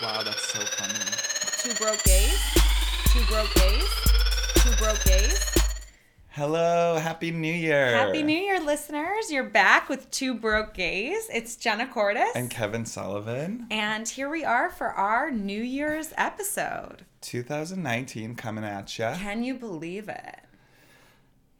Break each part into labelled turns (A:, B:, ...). A: Wow, that's so funny.
B: Two broke gays. Two broke gays. Two broke gays.
A: Hello, happy New Year.
B: Happy New Year, listeners. You're back with Two Broke Gays. It's Jenna Cordes.
A: And Kevin Sullivan,
B: And here we are for our New Year's episode.
A: 2019 coming at ya.
B: Can you believe it?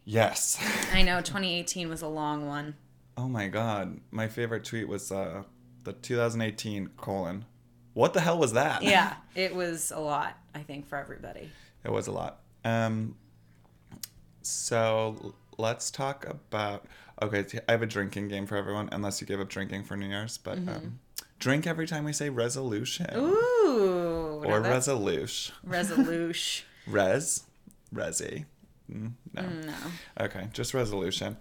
A: Yes.
B: I know 2018 was a long one.
A: Oh my god, my favorite tweet was uh the 2018 colon. What the hell was that?
B: Yeah, it was a lot, I think, for everybody.
A: It was a lot. Um so l- let's talk about Okay, t- I have a drinking game for everyone unless you give up drinking for New Year's, but
B: Mm-hmm.
A: um drink every time we say resolution
B: Ooh.
A: or
B: no, that's
A: resolution.
B: resolution.
A: Res, resi. Mm, no.
B: no.
A: Okay, just resolution.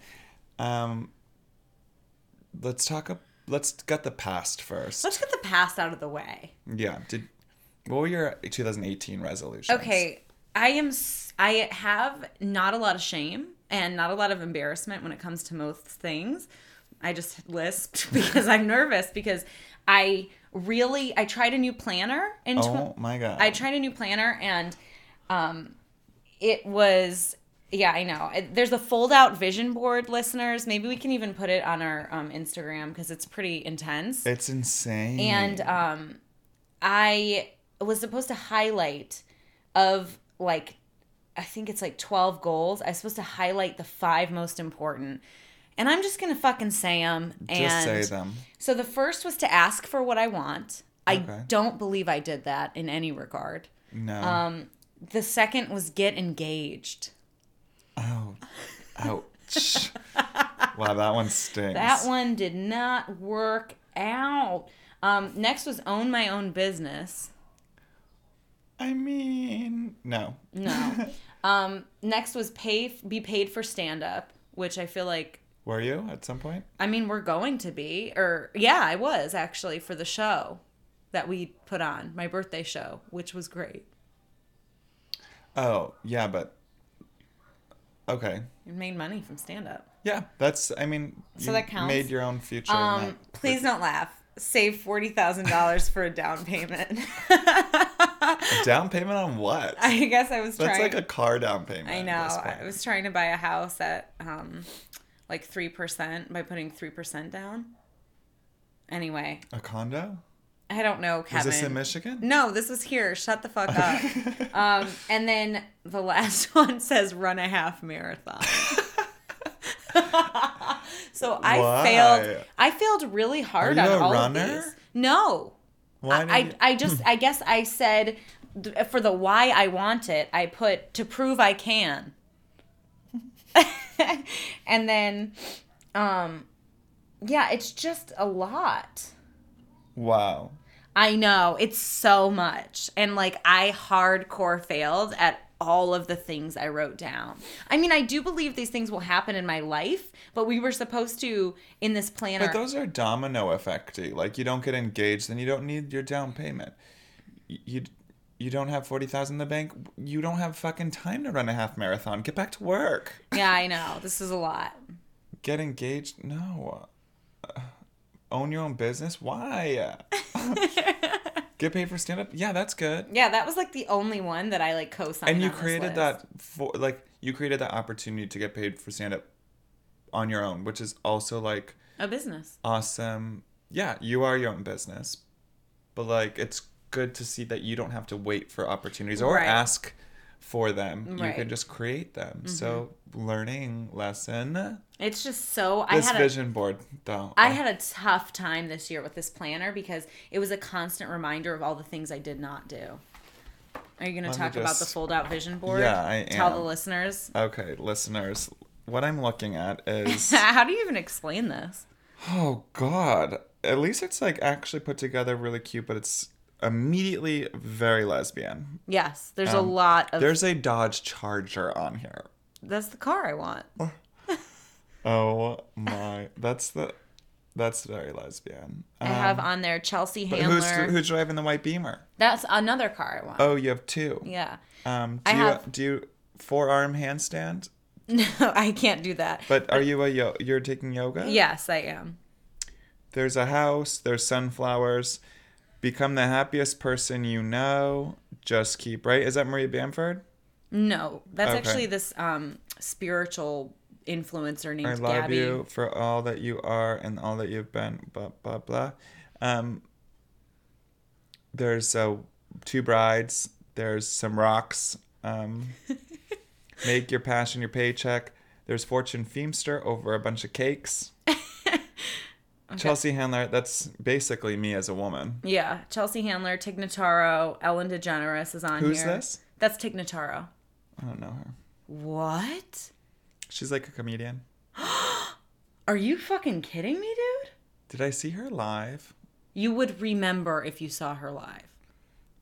A: Um, let's talk. ab- Let's get the past first.
B: Let's get the past out of the way.
A: Yeah. Did what were your 2018 resolutions?
B: Okay, I am. s- I have not a lot of shame and not a lot of embarrassment when it comes to most things. I just lisped because I'm nervous because I really I tried a new planner in. tw-
A: Oh my god.
B: I tried a new planner and, um, it was. Yeah, I know. It- There's a fold-out vision board, listeners. Maybe we can even put it on our um, Instagram because it's pretty intense
A: it's insane.
B: and um i was supposed to highlight of like i think it's like 12 goals i was supposed to highlight the five most important and i'm just gonna fucking say them and
A: just say them.
B: so the first was to ask for what i want i
A: Okay.
B: don't believe i did that in any regard
A: No.
B: um the second was get engaged
A: oh. Ouch. wow, that one stinks.
B: that one did not work out um next was own my own business
A: I mean, no.
B: No. um, next was pay be paid for stand up, which I feel like
A: Were you at some point?
B: I mean we're going to be or yeah, I was actually for the show that we put on, my birthday show, which was great.
A: Oh, yeah, but okay.
B: It made money from stand up.
A: Yeah, that's. I mean,
B: So
A: you
B: that counts?
A: Made your own future. in
B: Um,
A: that.
B: please don't laugh. Save forty thousand dollars for a down payment.
A: down payment on what?
B: I guess I was
A: that's
B: trying
A: like a car down payment.
B: I
A: at
B: know.
A: this
B: I
A: point.
B: was trying to buy a house at um like three percent by putting three percent down. Anyway,
A: a condo.
B: I don't know,
A: Is
B: Kevin.
A: this in Michigan?
B: No, this was here. Shut the fuck up. um, and then the last one says run a half marathon. so I
A: Why?
B: failed. I failed really hard
A: you
B: on
A: a
B: all
A: runner?
B: of these. No,
A: Why did
B: I
A: you-
B: I just I guess I said th- for the why I want it. I put to prove I can. and then, um, yeah, it's just a lot.
A: wow.
B: I know. It's so much. And like I hardcore failed at all of the things I wrote down. I mean, I do believe these things will happen in my life, but we were supposed to in this planner.
A: But those are domino effecty. Like you don't get engaged, then you don't need your down payment. Y- You you don't have forty thousand in the bank. You don't have fucking time to run a half marathon. Get back to work.
B: yeah, I know. This is a lot.
A: Get engaged. No. Uh, own your own business. Why? get paid for stand up. Yeah, that's good.
B: Yeah, that was like the only one that I like co-signed.
A: and you
B: on this
A: created
B: list.
A: that for like you created that opportunity to get paid for stand up on your own which is also like
B: a business.
A: awesome yeah you are your own business but like it's good to see that you don't have to wait for opportunities or
B: Right.
A: ask for them you
B: Right.
A: can just create them so learning lesson
B: It's just so I
A: this
B: had a
A: vision board though
B: I had a tough time this year with this planner because it was a constant reminder of all the things I did not do. Are you going to
A: me
B: talk about the
A: just-
B: fold out vision board?
A: Yeah, I
B: Tell the
A: am.
B: listeners.
A: okay listeners what i'm looking at is
B: How do you even explain this?
A: Oh God! At least it's like actually put together really cute, but it's immediately very lesbian.
B: Yes, there's a lot of.
A: Um, There's a Dodge Charger on here.
B: That's the car I want.
A: Oh my! That's the that's very lesbian.
B: I
A: Um,
B: have on there Chelsea
A: but who's
B: Handler.
A: who's driving the white Beamer?
B: That's another car I want.
A: Oh, you have two.
B: Yeah.
A: Um, do
B: I
A: you
B: have-
A: do you forearm handstand?
B: No, I can't do that.
A: But are you a yo- you're taking yoga?
B: Yes, I am.
A: There's a house. There's sunflowers. Become the happiest person you know. Just keep right. Is that Maria Bamford?
B: No, that's
A: Okay.
B: actually this um spiritual influencer named
A: I love
B: Gabby.
A: you for all that you are and all that you've been. Blah blah blah. Um, there's uh, two brides. There's some rocks. Um, make your passion your paycheck. There's fortune femster over a bunch of cakes. Chelsea Handler. That's basically me as a woman.
B: Yeah, Chelsea Handler, Tig Notaro, Ellen DeGeneres is on
A: Who's
B: here.
A: this?
B: That's Tig Notaro.
A: I don't know her.
B: What?
A: She's like a comedian.
B: Are you fucking kidding me, dude?
A: Did I see her live?
B: You would remember if you saw her live.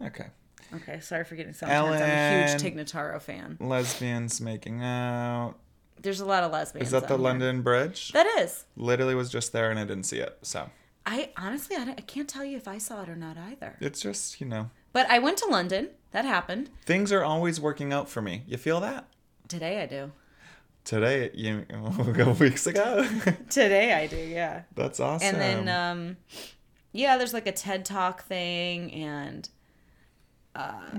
A: Okay.
B: Okay, sorry for getting sometimes. I'm a
A: Ellen.
B: huge Tig Notaro fan.
A: Lesbians making out.
B: There's a lot of lesbians.
A: Is that the
B: on here.
A: London Bridge?
B: That is.
A: Literally was just there and I didn't see it. So
B: I honestly, I, don't- I can't tell you if I saw it or not either.
A: it's just, you know,
B: But I went to London. That happened.
A: things are always working out for me. You feel that?
B: Today I do.
A: Today, you a couple weeks ago.
B: Today I do, yeah.
A: That's awesome.
B: and then um yeah there's like a ted talk thing and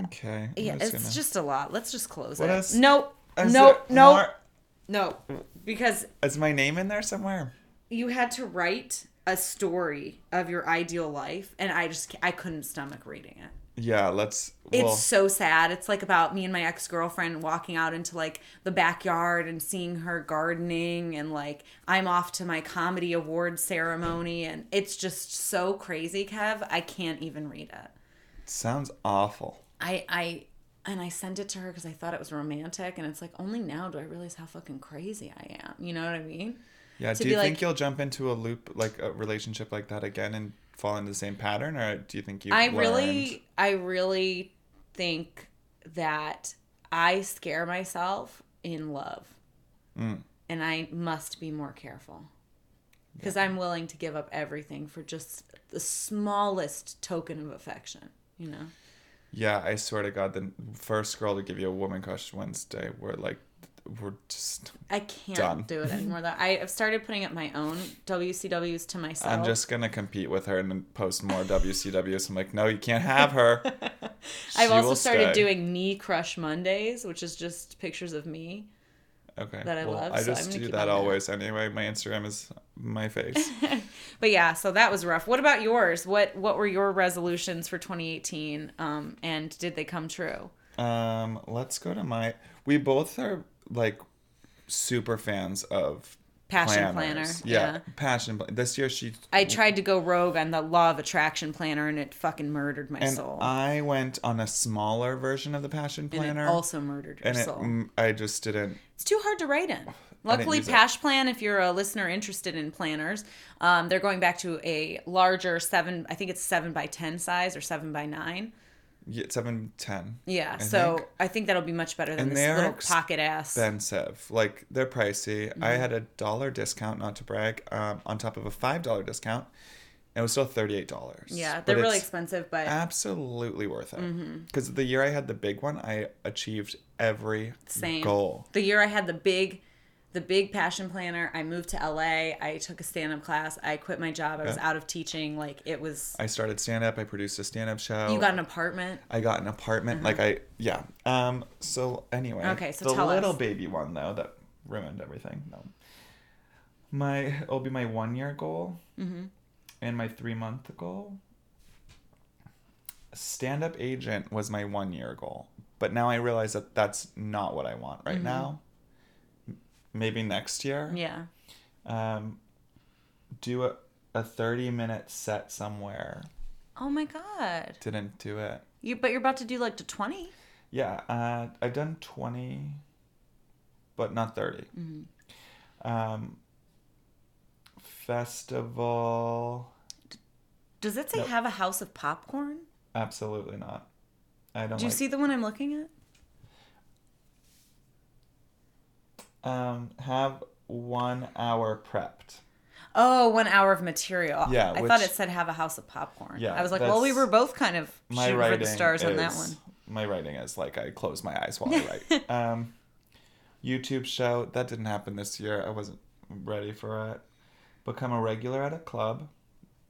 A: okay. I'm
B: yeah it's
A: just gonna-
B: just a lot let's just close
A: What
B: it
A: else?
B: no
A: Is
B: no
A: there
B: no
A: more-
B: no because
A: Is my name in there somewhere?
B: you had to write a story of your ideal life and i just i couldn't stomach reading it
A: Yeah, let's.
B: it's
A: well,
B: so sad. It's like about me and my ex girlfriend walking out into like the backyard and seeing her gardening, and like I'm off to my comedy award ceremony, and it's just so crazy, Kev. I can't even read it.
A: sounds awful.
B: I I and I sent it to her because I thought it was romantic, and it's like only now do I realize how fucking crazy I am. You know what I mean?
A: Yeah.
B: To
A: do you
B: be
A: think
B: like-
A: you'll jump into a loop like a relationship like that again and fall into the same pattern, or do you think you?
B: I really I really think that I scare myself in love,
A: Mm.
B: and I must be more careful because I'm willing to give up everything for just the smallest token of affection. You know?
A: Yeah, I swear to God, the first girl to give you a woman crush Wednesday, we're like, we're just.
B: I can't
A: Done.
B: do it anymore. Though I have started putting up my own WCWs to myself.
A: I'm just gonna compete with her and then post more WCWs. I'm like, no, you can't have her.
B: I've
A: She
B: also
A: will
B: started
A: stay.
B: doing me crush Mondays, which is just pictures of me.
A: okay,
B: that I
A: well,
B: love,
A: I
B: so I'm
A: just
B: gonna
A: do
B: keep
A: that
B: on that.
A: always anyway. My Instagram is my face.
B: But yeah, so that was rough. What about yours? What what were your resolutions for 2018? Um, and did they come true?
A: um, let's go to my. We both are like super fans of
B: Passion
A: planners.
B: planner,
A: Yeah,
B: yeah.
A: passion. Pl- this year she
B: I tried to go rogue on the law of attraction planner, and it fucking murdered my
A: and
B: soul.
A: I went on a smaller version of the passion
B: and
A: planner.
B: it also murdered your
A: and it,
B: soul.
A: mm, I just didn't.
B: it's too hard to write in. Luckily,
A: use it.
B: Pash Plan, if you're a listener interested in planners, um, they're going back to a larger seven. I think it's seven by ten size or seven by nine.
A: Yeah, seven ten.
B: Yeah,
A: I
B: so
A: think.
B: I think that'll be much better than
A: And
B: this
A: they are
B: little
A: ex-
B: pocket ass.
A: expensive. Like they're pricey. I
B: Mm-hmm.
A: had a dollar discount, not to brag, um, on top of a five dollar discount. And it was still thirty eight dollars.
B: yeah, they're really
A: expensive.
B: expensive, but
A: Absolutely worth
B: Mm-hmm.
A: it. Because the year I had the big one, I achieved every
B: Same.
A: goal.
B: The year I had the big the big passion planner, I moved to LA, I took a stand-up class, I quit my job, I was out of teaching, like it was
A: I started stand up. I produced a stand up show.
B: you got an apartment.
A: I got an apartment. Like I, yeah. Um. So anyway.
B: Mm-hmm. Okay, so
A: the
B: tell
A: little
B: us.
A: baby one though that ruined everything. No. My it'll be my one year goal,
B: Mm-hmm.
A: and my three month goal. Stand up agent was my one year goal, but now I realize that that's not what I want right now. M- Maybe next year.
B: Mm-hmm. Yeah.
A: Um. Do a a thirty minute set somewhere.
B: Oh my god.
A: Didn't do it.
B: You but you're about to do like to 20?
A: Yeah, uh, I've done 20, but not 30.
B: Mm-hmm.
A: Um, festival,
B: Does it say
A: Nope.
B: have a house of popcorn?
A: Oh absolutely not. I don't
B: Do you
A: like-
B: see the one I'm looking at?
A: um, have one hour prepped.
B: Oh, one hour of material.
A: Yeah,
B: I thought
A: which-
B: it said have a house of popcorn.
A: Yeah,
B: I was like, well, we
A: that's-
B: were both kind of
A: My
B: shooting for
A: writing
B: the stars
A: is,
B: on that one.
A: My writing is like I close my eyes while I write. um, YouTube show, that didn't happen this year. I wasn't ready for it. Become a regular at a club.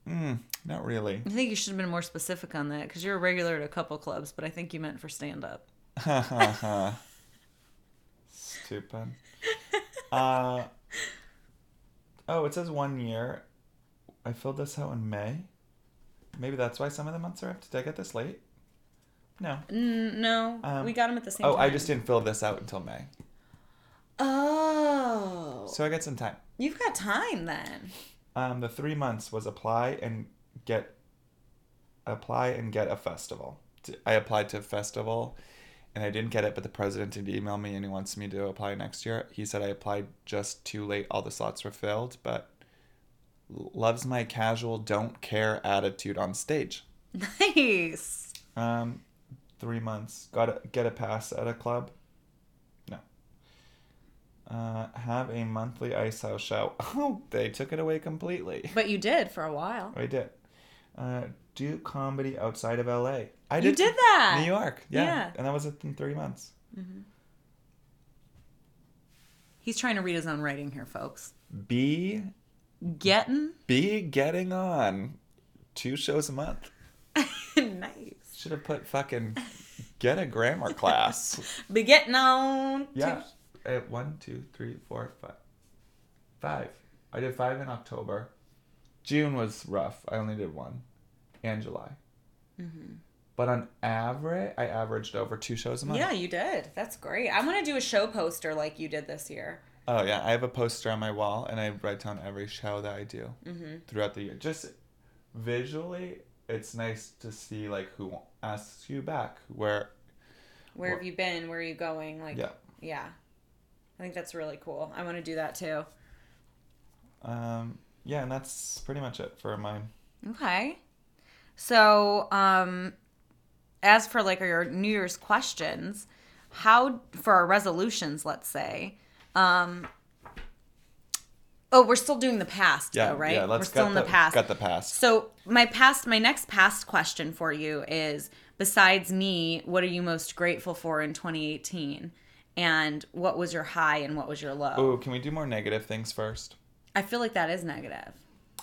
A: Mm, Not really.
B: I think you should have been more specific on that because you're a regular at a couple clubs, but I think you meant for stand up.
A: Ha ha ha. Stupid. Uh, oh, it says one year. I filled this out in May. Maybe that's why some of the months are up. Did I get this late? No.
B: N- Mm, no,
A: Um,
B: we got him at the same
A: Oh,
B: time.
A: I just didn't fill this out until May.
B: Oh,
A: So I got some time.
B: you've got time then.
A: Um, the three months was apply and get apply and get a festival. T- I applied to a festival and I didn't get it, but the president did email me and he wants me to apply next year. He said I applied just too late, all the slots were filled, but l- loves my casual don't care attitude on stage.
B: Nice.
A: Um, three months. Got to get a pass at a club. No. Uh, have a monthly ice house show. Oh, they took it away completely.
B: But you did for a while.
A: I did. Uh, do comedy outside of LA. I
B: You did that.
A: New York, yeah.
B: Yeah.
A: And that was in three months.
B: He's trying to read his own writing here, folks.
A: Be
B: Getting
A: be getting on two shows a month.
B: nice.
A: Should have put fucking get a grammar class.
B: Be getting on. to-
A: yeah. Uh, one, two, three, four, five. Five. I did five in October. June was rough. I only did one, and July.
B: Mm-hmm.
A: But on average, I averaged over two shows a month.
B: Yeah, you did. That's great. I want to do a show poster like you did this year.
A: Oh yeah, I have a poster on my wall, and I write down every show that I do
B: Mm-hmm.
A: throughout the year. Just visually, it's nice to see like who asks you back. Where
B: Where
A: Well-
B: have you been? Where are you going? Like,
A: yeah,
B: yeah. I think that's really cool. I want to do that too.
A: um, yeah, and that's pretty much it for mine.
B: Okay. So, um, as for like your New Year's questions, how for our resolutions, let's say, um, oh, we're still doing the past,
A: Yeah,
B: though, right?
A: Yeah,
B: we're
A: let's
B: still
A: got
B: in the, past.
A: Got the past.
B: So my past, my next past question for you is: besides me, what are you most grateful for in 2018? And what was your high and what was your low?
A: Oh, can we do more negative things first?
B: I feel like that is negative.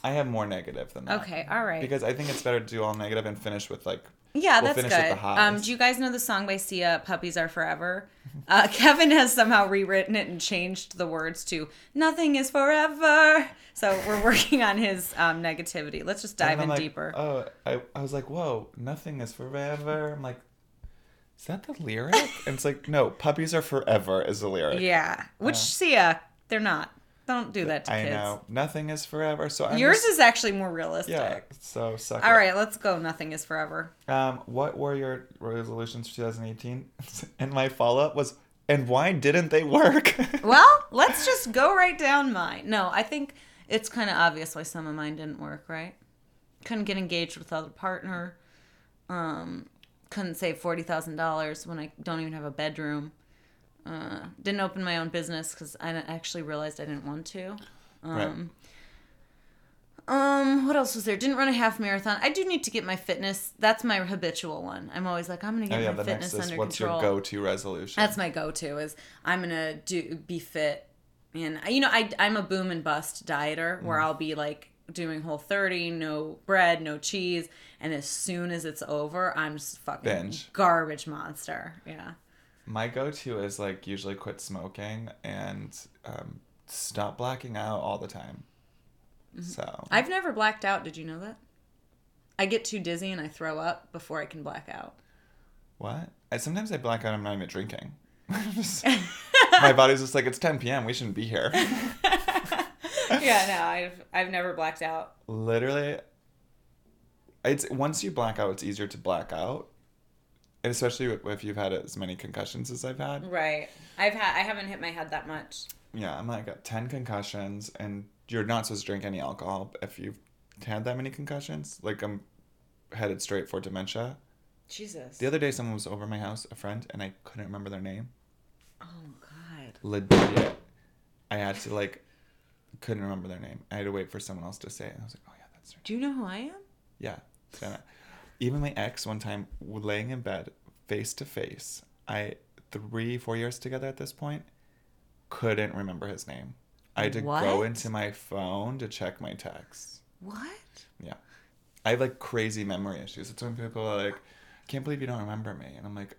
A: I have more negative than that.
B: Okay, all right.
A: Because I think it's better to do all negative and finish with like
B: Yeah,
A: We'll
B: that's
A: finish with the
B: good. Um,
A: highs.
B: do you guys know the song by Sia, "Puppies Are Forever"? Uh, Kevin has somehow rewritten it and changed the words to "Nothing is forever." So we're working on his um, negativity. Let's just dive
A: And
B: in
A: I'm like,
B: deeper.
A: Oh, I, I was like, whoa, nothing is forever. I'm like, is that the lyric? and it's like, no, puppies are forever is the lyric.
B: yeah, which Sia, they're not. Don't do that to
A: Uh. I
B: kids.
A: know. Nothing is forever. So I'm
B: Yours
A: just-
B: is actually more realistic.
A: yeah. So suck.
B: All
A: it.
B: right, let's go. Nothing is forever.
A: Um, what were your resolutions for 2018? and my follow up was, and why didn't they work?
B: Um, Well, let's just go right down mine. No, I think it's kind of obvious why some of mine didn't work, right? Couldn't get engaged with other partner. Um, couldn't save forty thousand dollars when I don't even have a bedroom. Uh, didn't open my own business because I actually realized I didn't want to.
A: right. Oh,
B: Um, what else was there? Didn't run a half marathon. I do need to get my fitness. That's my habitual one. I'm always like, I'm gonna
A: Oh
B: get
A: yeah.
B: my
A: The
B: fitness
A: next is
B: under
A: what's
B: control.
A: your go to resolution?
B: That's my go-to is I'm gonna do be fit, and you know I I'm a boom and bust dieter
A: Mm.
B: where I'll be like doing whole 30, no bread, no cheese, and as soon as it's over, I'm just fucking
A: Binge.
B: garbage monster. Yeah,
A: My go to is like usually quit smoking and um, stop blacking out all the time.
B: Mm-hmm.
A: So
B: I've never blacked out. Did you know that? I get too dizzy and I throw up before I can black out.
A: what? I, sometimes I black out. I'm not even drinking. Just- my body's just like it's 10 p.m. We shouldn't be here.
B: yeah, no, I've I've never blacked out.
A: Literally, it's once you black out, it's easier to black out, and especially if you've had as many concussions as I've had.
B: Right. I've had I haven't hit my head that much.
A: Yeah, I'm like at 10 concussions, and you're not supposed to drink any alcohol if you've had that many concussions. Like I'm headed straight for dementia.
B: Jesus.
A: The other day, someone was over my house, a friend, and I couldn't remember their name.
B: oh God.
A: Legit. I had to, like, couldn't remember their name. I had to wait for someone else to say it. And I was like, oh, yeah, that's right.
B: Do you know who I am?
A: Yeah. Jenna. Even my ex, one time, w- laying in bed, face to face, I, three, four years together at this point, couldn't remember his name. I had to go
B: What?
A: into my phone to check my texts.
B: What?
A: Yeah. I have like crazy memory issues. It's when people are like, I can't believe you don't remember me. And I'm like,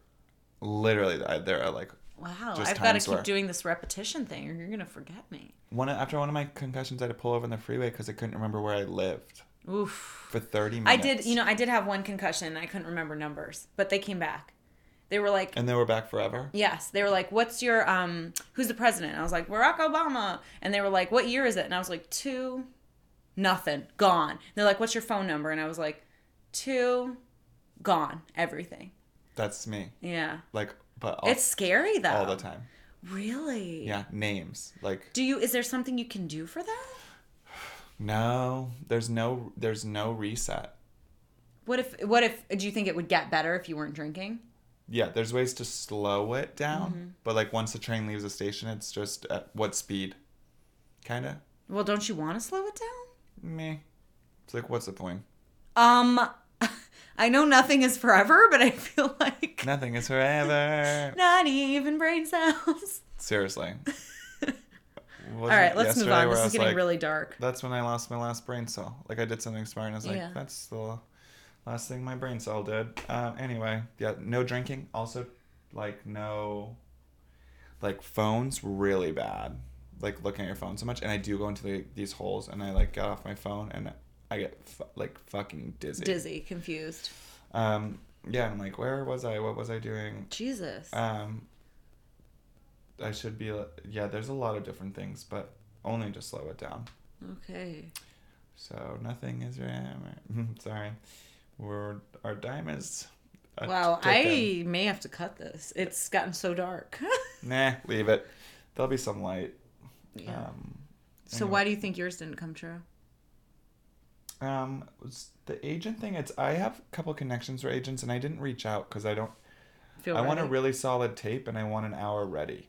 A: literally, I, there are like,
B: Wow,
A: Just
B: I've got to
A: times
B: keep
A: where-
B: doing this repetition thing, or you're gonna forget me.
A: one after one of my concussions, I had to pull over in the freeway because I couldn't remember where I lived
B: Oof.
A: for 30
B: I
A: minutes.
B: did, you know, I did have one concussion. and I couldn't remember numbers, but they came back. They were like,
A: And they were back forever.
B: yes, they were like, what's your um, who's the president? And I was like, Barack Obama. And they were like, what year is it? And I was like, two, nothing, gone. And they're like, what's your phone number? And I was like, two, gone, everything.
A: That's me.
B: Yeah,
A: Like, but all,
B: it's scary though.
A: all the time.
B: Really?
A: Yeah, names. Like,
B: Do you? Is there something you can do for that?
A: no, there's no, there's no reset.
B: What if? What if? Do you think it would get better if you weren't drinking?
A: Yeah, there's ways to slow it down,
B: Mm-hmm.
A: but like once the train leaves the station, it's just at what speed? Kind of
B: Well, don't you want to slow it down?
A: me. It's like, what's the point?
B: Um, I know nothing is forever, but I feel like
A: Nothing is forever.
B: not even brain cells.
A: Seriously.
B: All right, let's move on. This is getting really dark.
A: That's when I lost my last brain cell. Like I did something smart, and I was like,
B: Yeah.
A: that's the last thing my brain cell did. Um, anyway, yeah, no drinking. Also, like no, like phones really bad. Like looking at your phone so much, and I do go into the, these holes, and I like get off my phone, and I get f- like fucking dizzy.
B: Dizzy, confused.
A: Um, yeah, I'm like, where was I? What was I doing?
B: Jesus.
A: Um, I should be. Yeah, there's a lot of different things, but only to slow it down.
B: Okay.
A: So nothing is. Sorry, we're our uh, time is. a
B: Wow,
A: ticking.
B: I may have to cut this. It's gotten so dark.
A: Uh, Nah, leave it. There'll be some light.
B: yeah.
A: Um,
B: So why do you think yours didn't come true?
A: um, was the agent thing. It's I have a couple connections for agents, and I didn't reach out because I don't.
B: Feel Mm-hmm.
A: I want a
B: ready?
A: really solid tape, and I want an hour ready.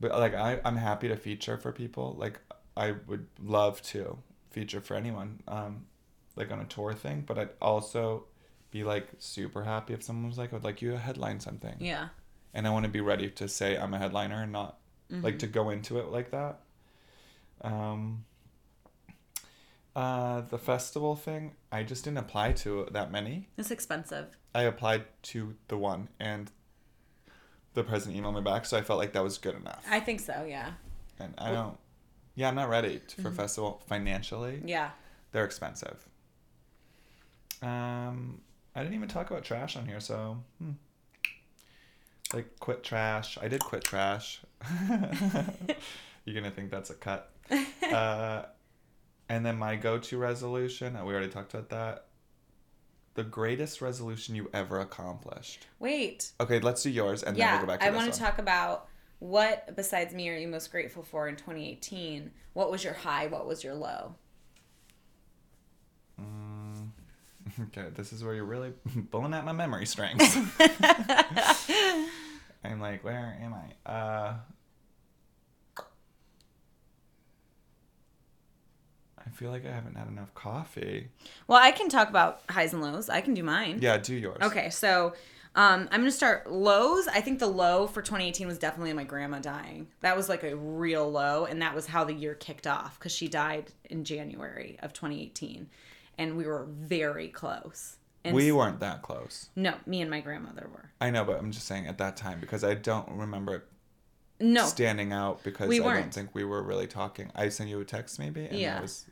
A: But like I, I'm happy to feature for people. Like I would love to feature for anyone, um, like on a tour thing. But I'd also be like super happy if someone was like, "I'd like you to headline something,"
B: Yeah.
A: and I want to be ready to say I'm a headliner and not like
B: Mm-hmm.
A: to go into it like that. Um. Uh, the festival thing, I just didn't apply to that many.
B: It's expensive.
A: I applied to the one and the president emailed me back, so I felt like that was good enough.
B: I think so, yeah.
A: And I don't, yeah, I'm not ready to, for festival financially.
B: Yeah.
A: They're expensive. Um, I didn't even talk about trash on here, so hmm. like quit trash. I did quit trash. You're gonna think that's a cut. Uh, and then my go-to resolution. uh, We already talked about that. The greatest resolution you ever accomplished.
B: Wait.
A: Okay, let's do yours and
B: yeah,
A: then we'll go back to
B: I
A: this
B: want
A: one.
B: to talk about what besides me are you most grateful for in 2018? What was your high? What was your low?
A: okay, this is where you're really pulling out my memory strings. I'm like, where am I? Uh, I feel like I haven't had enough coffee.
B: Well, I can talk about highs and lows. I can do mine.
A: Yeah, do yours.
B: Okay, so um, I'm gonna start lows. I think the low for 2018 was definitely my grandma dying. That was like a real low, and that was how the year kicked off because she died in January of 2018, and we were very close. And
A: We weren't that close.
B: no, me and my grandmother were.
A: I know, but I'm just saying at that time because I don't remember it
B: No,
A: standing out because
B: Oh. We
A: I don't
B: weren't.
A: think we were really talking. I sent you a text maybe, and
B: Yeah.
A: that was.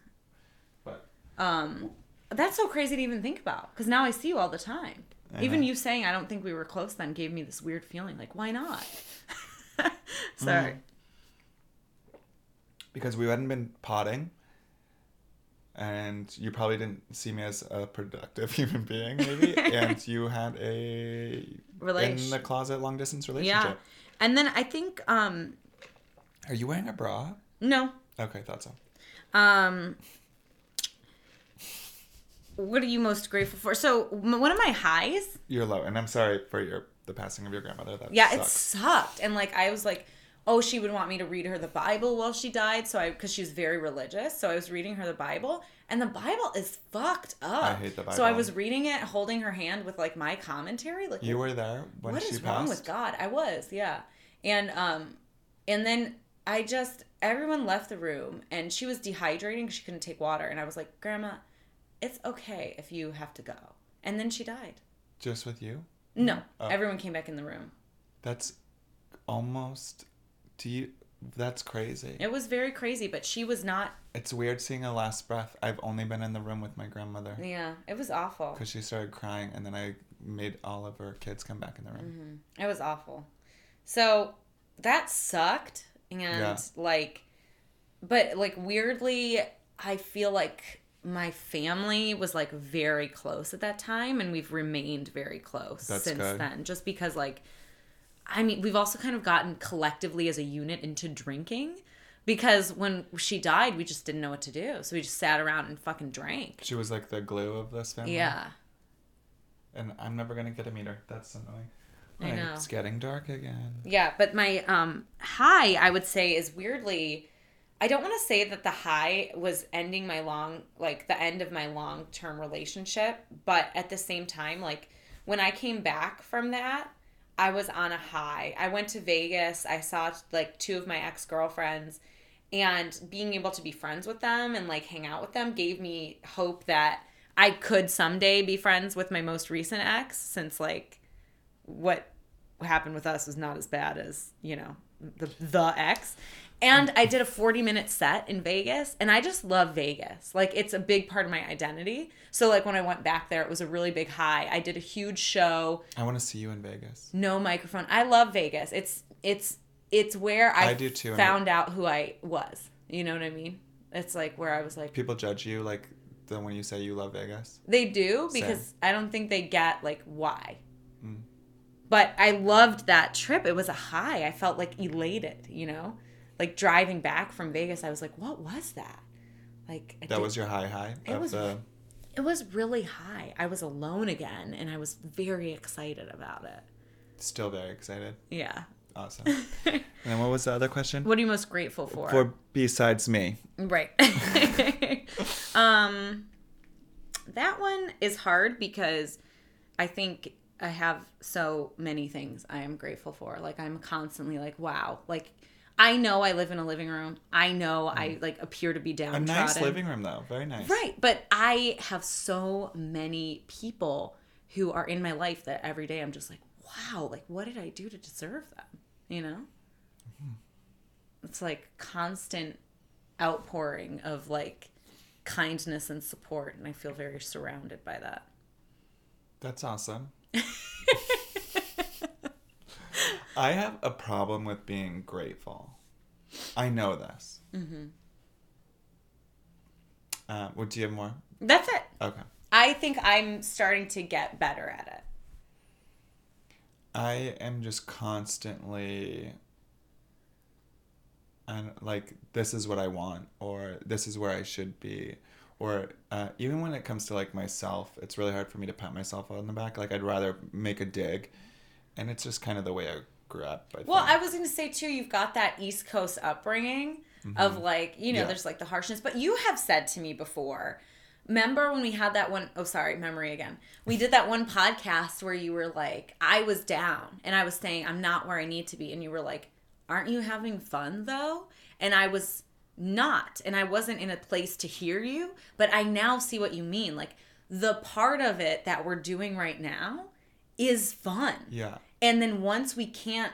A: But
B: that's so crazy to even think about because now I see you all the time. Even you saying I don't think we were close then gave me this weird feeling like why not? Sorry.
A: because we hadn't been potting and you probably didn't see me as a productive human being maybe and you had a in the
B: Relation-
A: closet long distance
B: Yeah.
A: relationship
B: And then I think um
A: are you wearing a bra
B: no.
A: okay thought so
B: Um what are you most grateful for? So m- one of my highs,
A: you're low and i'm sorry for your the passing of your grandmother that
B: yeah, it
A: sucks.
B: sucked, and like I was like, oh, she would want me to read her the Bible while she died, so I because she's very religious, so I was reading her the Bible, and the Bible is fucked up.
A: I hate the
B: So I
A: Bible.
B: was reading it, holding her hand with like my commentary, like
A: you were there when
B: What is
A: she passed
B: wrong with God? I was, yeah. And um and then I just everyone left the room and she was dehydrating 'cause she couldn't take water and I was like, "Grandma, it's okay if you have to go. And then she died.
A: Just with you?
B: No,
A: Oh.
B: everyone came back in the room.
A: That's almost. Do you? That's crazy.
B: It was very crazy, but she was not.
A: It's weird seeing a last breath. I've only been in the room with my grandmother
B: Yeah, it was awful.
A: because she started crying, and then I made all of her kids come back in the room.
B: It was awful. So that sucked. And
A: Yeah.
B: like, but like weirdly, I feel like my family was like very close at that time and we've remained very close
A: That's
B: since
A: good.
B: then just because like I mean, we've also kind of gotten collectively as a unit into drinking because when she died, we just didn't know what to do. So we just sat around and fucking drank.
A: She was like the glue of this family.
B: Yeah.
A: And I'm never gonna get a meter. That's annoying.
B: I
A: Like,
B: know.
A: It's getting dark again.
B: Yeah, but my um high I would say is weirdly I don't want to say that the high was ending my long like the end of my long-term relationship, but at the same time like when I came back from that, I was on a high. I went to Vegas, I saw like two of my ex-girlfriends and being able to be friends with them and like hang out with them gave me hope that I could someday be friends with my most recent ex since like what happened with us was not as bad as you know the the ex and i did a 40 minute set in vegas and i just love vegas like it's a big part of my identity so like when i went back there it was a really big high i did a huge show
A: I want to see you in Vegas.
B: no microphone i love vegas it's it's it's where i,
A: I do too, and
B: found out who i was you know what i mean it's like where i was like
A: People judge you like the when you say you love Vegas.
B: They do because
A: Same. Mm.
B: I don't think they get like why. But I loved that trip. It was a high. I felt like elated, you know? Like driving back from Vegas, I was like, what was that? Like I
A: That
B: did-
A: was your high high of
B: was-
A: the.
B: it was really high. I was alone again and I was very excited about it.
A: Still very excited.
B: Yeah.
A: Awesome. and then what was the other question?
B: What are you most grateful for?
A: For besides me,
B: Right. um that one is hard because I think I have so many things I am grateful for. Like I'm constantly like, wow. Like I know I live in a living room. I know I like appear to be
A: Mm. a
B: downtrodden.
A: nice living room though, very nice.
B: Right. But I have so many people who are in my life that every day I'm just like, wow, like what did I do to deserve them? You know? It's like constant outpouring of like kindness and support. And I feel very surrounded by that.
A: That's awesome. I have a problem with being grateful. I know this. Mm-hmm. Uh, what do you have more?
B: That's it.
A: Okay.
B: I think I'm starting to get better at it.
A: I am just constantly and like this is what I want or this is where I should be or uh, even when it comes to like myself it's really hard for me to pat myself on the back like I'd rather make a dig and it's just kind of the way I grew up I
B: Well, I
A: think.
B: was going to say too, you've got that East Coast upbringing of like, you know,
A: Yeah.
B: there's like the harshness, but you have said to me before, remember when we had that one, oh, sorry, memory again. We did that one podcast where you were like, I was down and I was saying, I'm not where I need to be. And you were like, aren't you having fun though? And I was not. And I wasn't in a place to hear you, but I now see what you mean. Like the part of it that we're doing right now is fun.
A: yeah
B: And then once we can't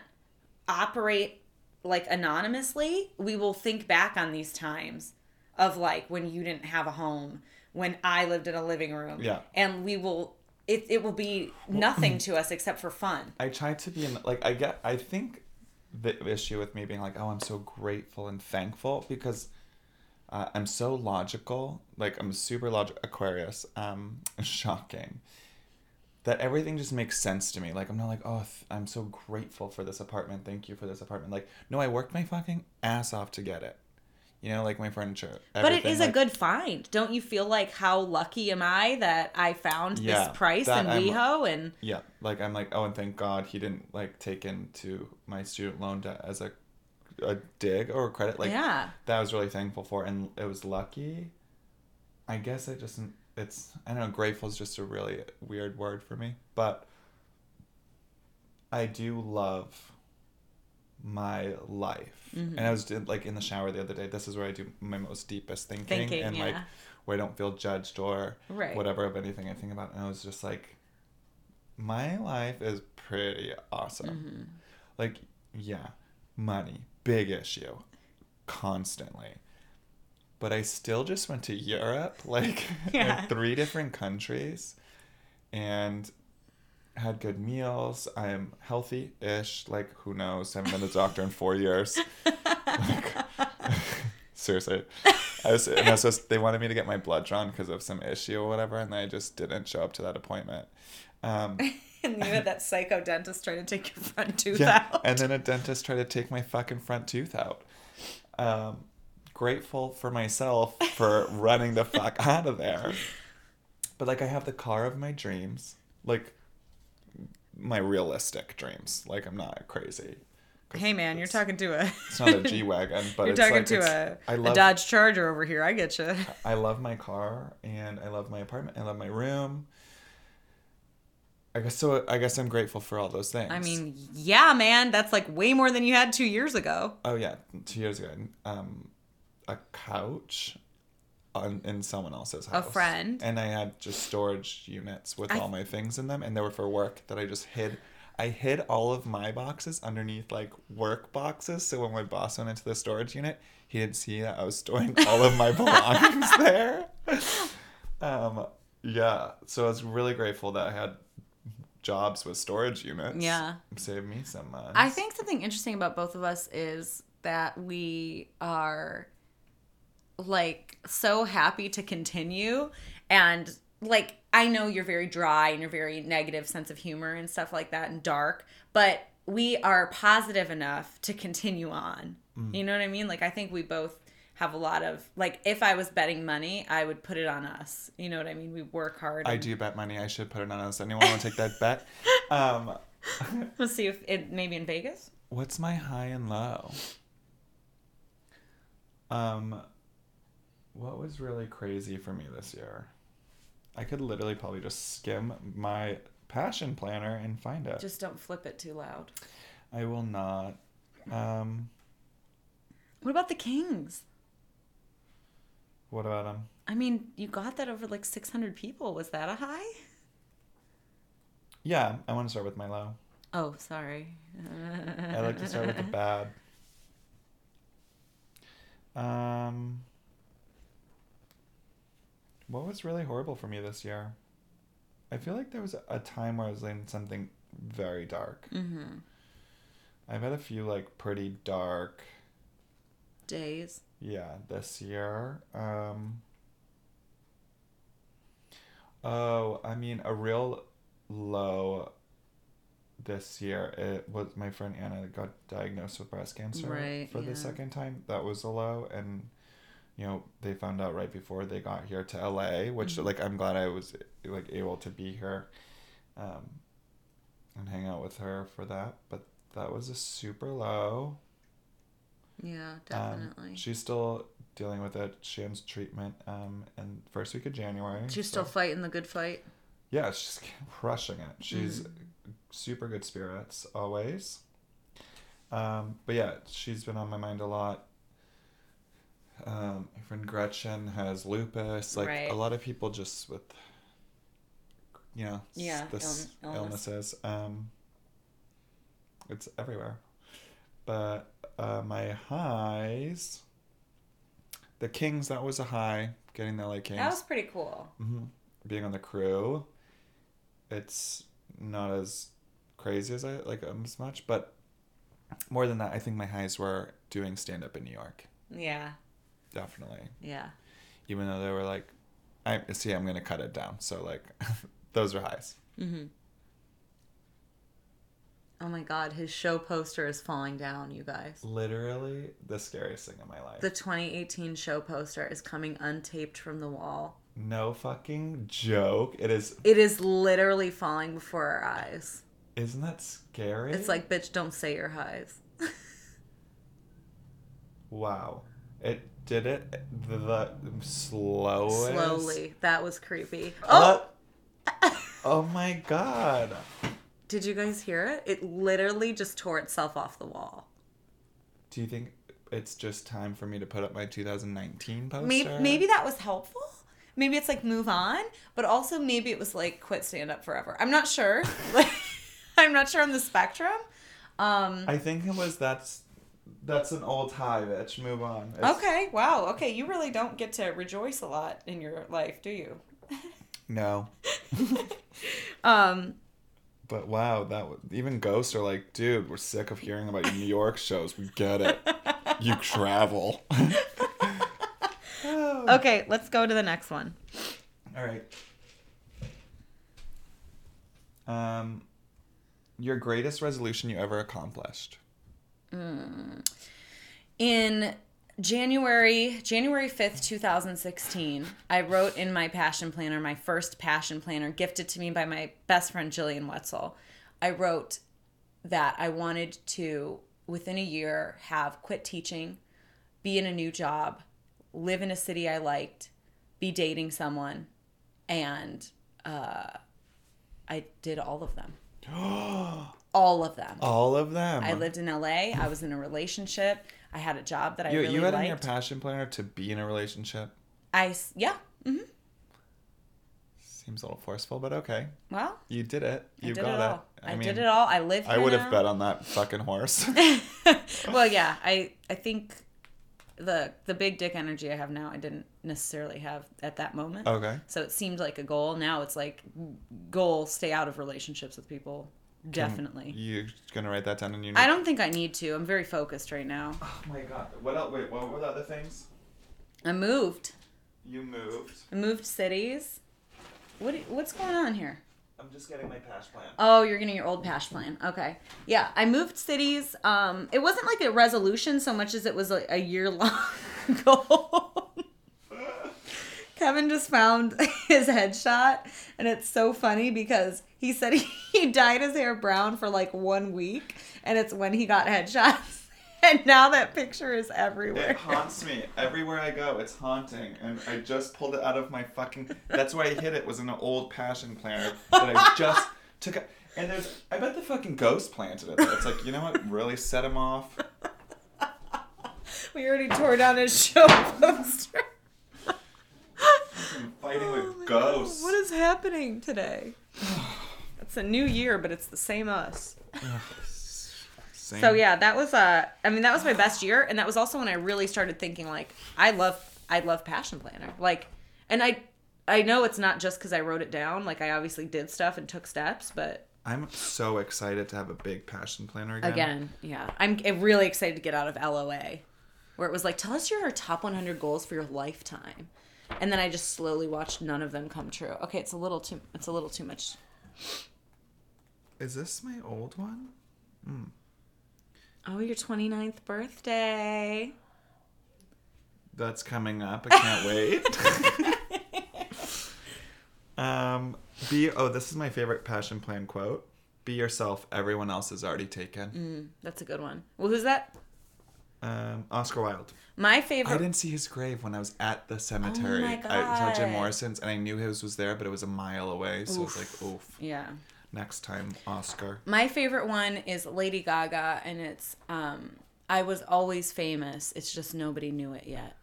B: operate like anonymously, we will think back on these times of like when you didn't have a home, when I lived in a living room.
A: Yeah. mm.
B: And we will it, it will be nothing to us except for fun.
A: I try to be in like I get I think the issue with me being like oh I'm so grateful and thankful because uh, I'm so logical like I'm super logic Aquarius um shocking that everything just makes sense to me like I'm not like oh th- I'm so grateful for this apartment thank you for this apartment like no I worked my fucking ass off to get it you know like my furniture
B: But it
A: everything,
B: is a
A: like-
B: good find. Don't you feel like how lucky am I that I found
A: Yeah,
B: this price in
A: that I'm-
B: WeHo and
A: Yeah, like I'm like, oh, and thank God he didn't like take into my student loan debt as a a dig or a credit. Like
B: Yeah.
A: that I was really thankful for, and it was lucky. I guess it just it's I don't know. Grateful is just a really weird word for me, but I do love my
B: Mm-hmm.
A: life. And I was doing- like in the shower the other day. This is where I do my most deepest thinking,
B: Thinking,
A: and like
B: yeah.
A: where I don't feel judged or
B: Right.
A: whatever of anything I think about. And I was just like, my life is pretty awesome.
B: Mm-hmm.
A: Like, yeah, money, big issue, constantly. But I still just went to Europe, like
B: Yeah.
A: in three different countries, and had good meals. I'm healthy ish. Like, who knows? I haven't been to the doctor in four years. Like, seriously. I was, and I was just, they wanted me to get my blood drawn because of some issue or whatever, and I just didn't show up to that appointment. Um,
B: and you had that psycho dentist trying to take your front tooth
A: yeah,
B: out.
A: and then a dentist tried to take my fucking front tooth out. Um, grateful for myself for running the fuck out of there. But like, I have the car of my dreams, like my realistic dreams. Like, I'm not crazy.
B: hey man, you're talking to a
A: It's not a G wagon, but
B: you're
A: it's
B: talking
A: like
B: to
A: it's-
B: a,
A: I
B: a
A: love
B: Dodge Charger over here. I get you.
A: I love my car and I love my apartment. I love my room. I guess so. I guess I'm grateful for all those things.
B: I mean, yeah, man, that's like way more than you had two years ago.
A: oh yeah, two years ago, um, a couch, on in someone else's house.
B: friend.
A: And I had just storage units with
B: I-
A: all my things in them, and they were for work that I just hid. I hid all of my boxes underneath like work boxes, so when my boss went into the storage unit, he didn't see that I was storing all of my belongings there. Um, yeah, so I was really grateful that I had jobs with storage units.
B: Yeah.
A: saved me some. Uh,
B: I think something interesting about both of us is that we are like so happy to continue and like I know you're very dry and you're very negative sense of humor and stuff like that and dark, but we are positive enough to continue on. You know what I mean? Like I think we both have a lot of like if I was betting money, I would put it on us. You know what I mean? We work hard.
A: I do bet money. I should put it on us. Anyone want to take that bet? Um,
B: Let's see if it maybe in Vegas.
A: what's my high and low? Um, what was really crazy for me this year? I could literally probably just skim my passion planner and find it.
B: Just don't flip it too loud.
A: I will not. Um,
B: What about the Kings?
A: what about um, him?
B: I mean, you got that over like 600 people. Was that a high?
A: Yeah, I want to start with my low.
B: Oh, sorry.
A: I like to start with the bad. Um, what was really horrible for me this year? I feel like there was a time where I was in something very dark.
B: Mm-hmm.
A: I've had a few like pretty dark,
B: Days.
A: yeah, this year. Um, oh, I mean, a real low this year. It was my friend Anna that got diagnosed with breast cancer
B: Right,
A: for
B: yeah.
A: the second time. That was a low, and you know they found out right before they got here to LA, which
B: Mm-hmm.
A: like I'm glad I was like able to be here, um, and hang out with her for that. But that was a super low.
B: Yeah,
A: Um,
B: definitely.
A: she's still dealing with it. She ends treatment um in first week of January.
B: She's
A: so-
B: still fighting the good fight.
A: yeah, she's crushing it. She's
B: Mm.
A: super good spirits always. Um, but yeah, she's been on my mind a lot. Um, my friend Gretchen has lupus. Like
B: Right.
A: a lot of people, just with you know, s-
B: Yeah,
A: this
B: ill- illness.
A: illnesses. Um, it's everywhere. But uh, my highs, the Kings. That was a high. Getting the LA Kings
B: That was pretty cool.
A: hmm Being on the crew, it's not as crazy as I like um, as much, but more than that, I think my highs were doing stand up in New York,
B: Yeah,
A: definitely.
B: yeah.
A: Even though they were like, I see, I'm gonna cut it down. So like, those are highs.
B: Mm-hmm. Oh my God, his show poster is falling down, you guys.
A: Literally the scariest thing in my life.
B: The 2018 show poster is coming untaped from the wall.
A: no fucking joke. It is.
B: It is literally falling before our eyes.
A: Isn't that scary?
B: It's like, bitch, don't say your highs.
A: wow. It did it the, the slowest.
B: Slowly. That was creepy. Oh!
A: Oh. oh my god.
B: Did you guys hear it? It literally just tore itself off the wall.
A: Do you think it's just time for me to put up my 2019 poster?
B: Maybe, maybe that was helpful Maybe it's like move on, but also maybe it was like quit stand up forever. I'm not sure. Like, I'm not sure on the spectrum. Um,
A: I think it was that's that's an old high, bitch. Move on. It's-
B: okay, wow. Okay, you really don't get to rejoice a lot in your life, do you?
A: No,
B: Um,
A: but wow, that w- even ghosts are like, dude, we're sick of hearing about your New York shows. We get it. You travel. Oh.
B: okay, let's go to the next one.
A: All right. Um, your greatest resolution you ever accomplished.
B: in January, January 5th, 2016, I wrote in my passion planner, my first passion planner gifted to me by my best friend Jillian Wetzel. I wrote that I wanted to within a year have quit teaching, be in a new job, live in a city I liked, be dating someone, and uh, I did all of them. all of them.
A: All of them.
B: I lived in LA. I was in a relationship. I had a job that I
A: you,
B: really
A: you had in your
B: liked.
A: passion planner to be in a relationship.
B: I s yeah. Mm,
A: Seems a little forceful, but okay.
B: Well,
A: You did it. You
B: I did
A: got
B: it all.
A: it.
B: I, did it all. I live.
A: I
B: here
A: would
B: now.
A: have bet on that fucking horse.
B: well, yeah. I I think the the big dick energy I have now I didn't necessarily have at that moment.
A: okay.
B: So it seemed like a goal. Now it's like goal: stay out of relationships with people. Definitely.
A: You're gonna write that down in your.
B: I don't think I need to. I'm very focused right now.
A: Oh my god. What else? Wait. What were the other things?
B: I moved.
A: You moved.
B: I moved cities. What do- what's going on here?
A: I'm just getting my pash plan.
B: Oh, you're getting your old Pash plan. Okay. Yeah, I moved cities. Um, it wasn't like a resolution so much as it was a, a year long goal. Kevin just found his headshot, and it's so funny because he said he, he dyed his hair brown for like one week, and it's when he got headshots. And now that picture is everywhere.
A: It haunts me everywhere I go. It's haunting, and I just pulled it out of my fucking. That's why I hid it. Was in an old passion planner that I just took. Out. And there's, I bet the fucking ghost planted it. There. It's like you know what really set him off.
B: We already tore down his show poster.
A: I'm fighting
B: Oh my
A: with
B: God,
A: ghosts.
B: What is happening today? it's a new year, but it's the same us.
A: Same.
B: So yeah, that was uh I mean that was my best year and that was also when I really started thinking like I love I love passion planner. Like and I I know it's not just cuz I wrote it down, like I obviously did stuff and took steps, but
A: I'm so excited to have a big passion planner again.
B: again, yeah. I'm really excited to get out of LOA where it was like tell us your top 100 goals for your lifetime. And then I just slowly watched none of them come true. Okay, it's a little too it's a little too much
A: Is this my old one?
B: Oh, your 29th birthday.
A: That's coming up. I can't wait. um, be oh, this is my favorite passion plan quote. Be yourself. Everyone else is already taken.
B: That's a good one. Well, who's that? Mm.
A: Um, Oscar Wilde.
B: My
A: I
B: favorite.
A: didn't see his grave when I was at the cemetery. I saw
B: Oh God.
A: Jim Morrison's, and I knew his was there, but it was a mile away. So it's like, oof.
B: Yeah.
A: Next time, Oscar.
B: My favorite one is Lady Gaga, and it's um, I was always famous. It's just nobody knew it yet.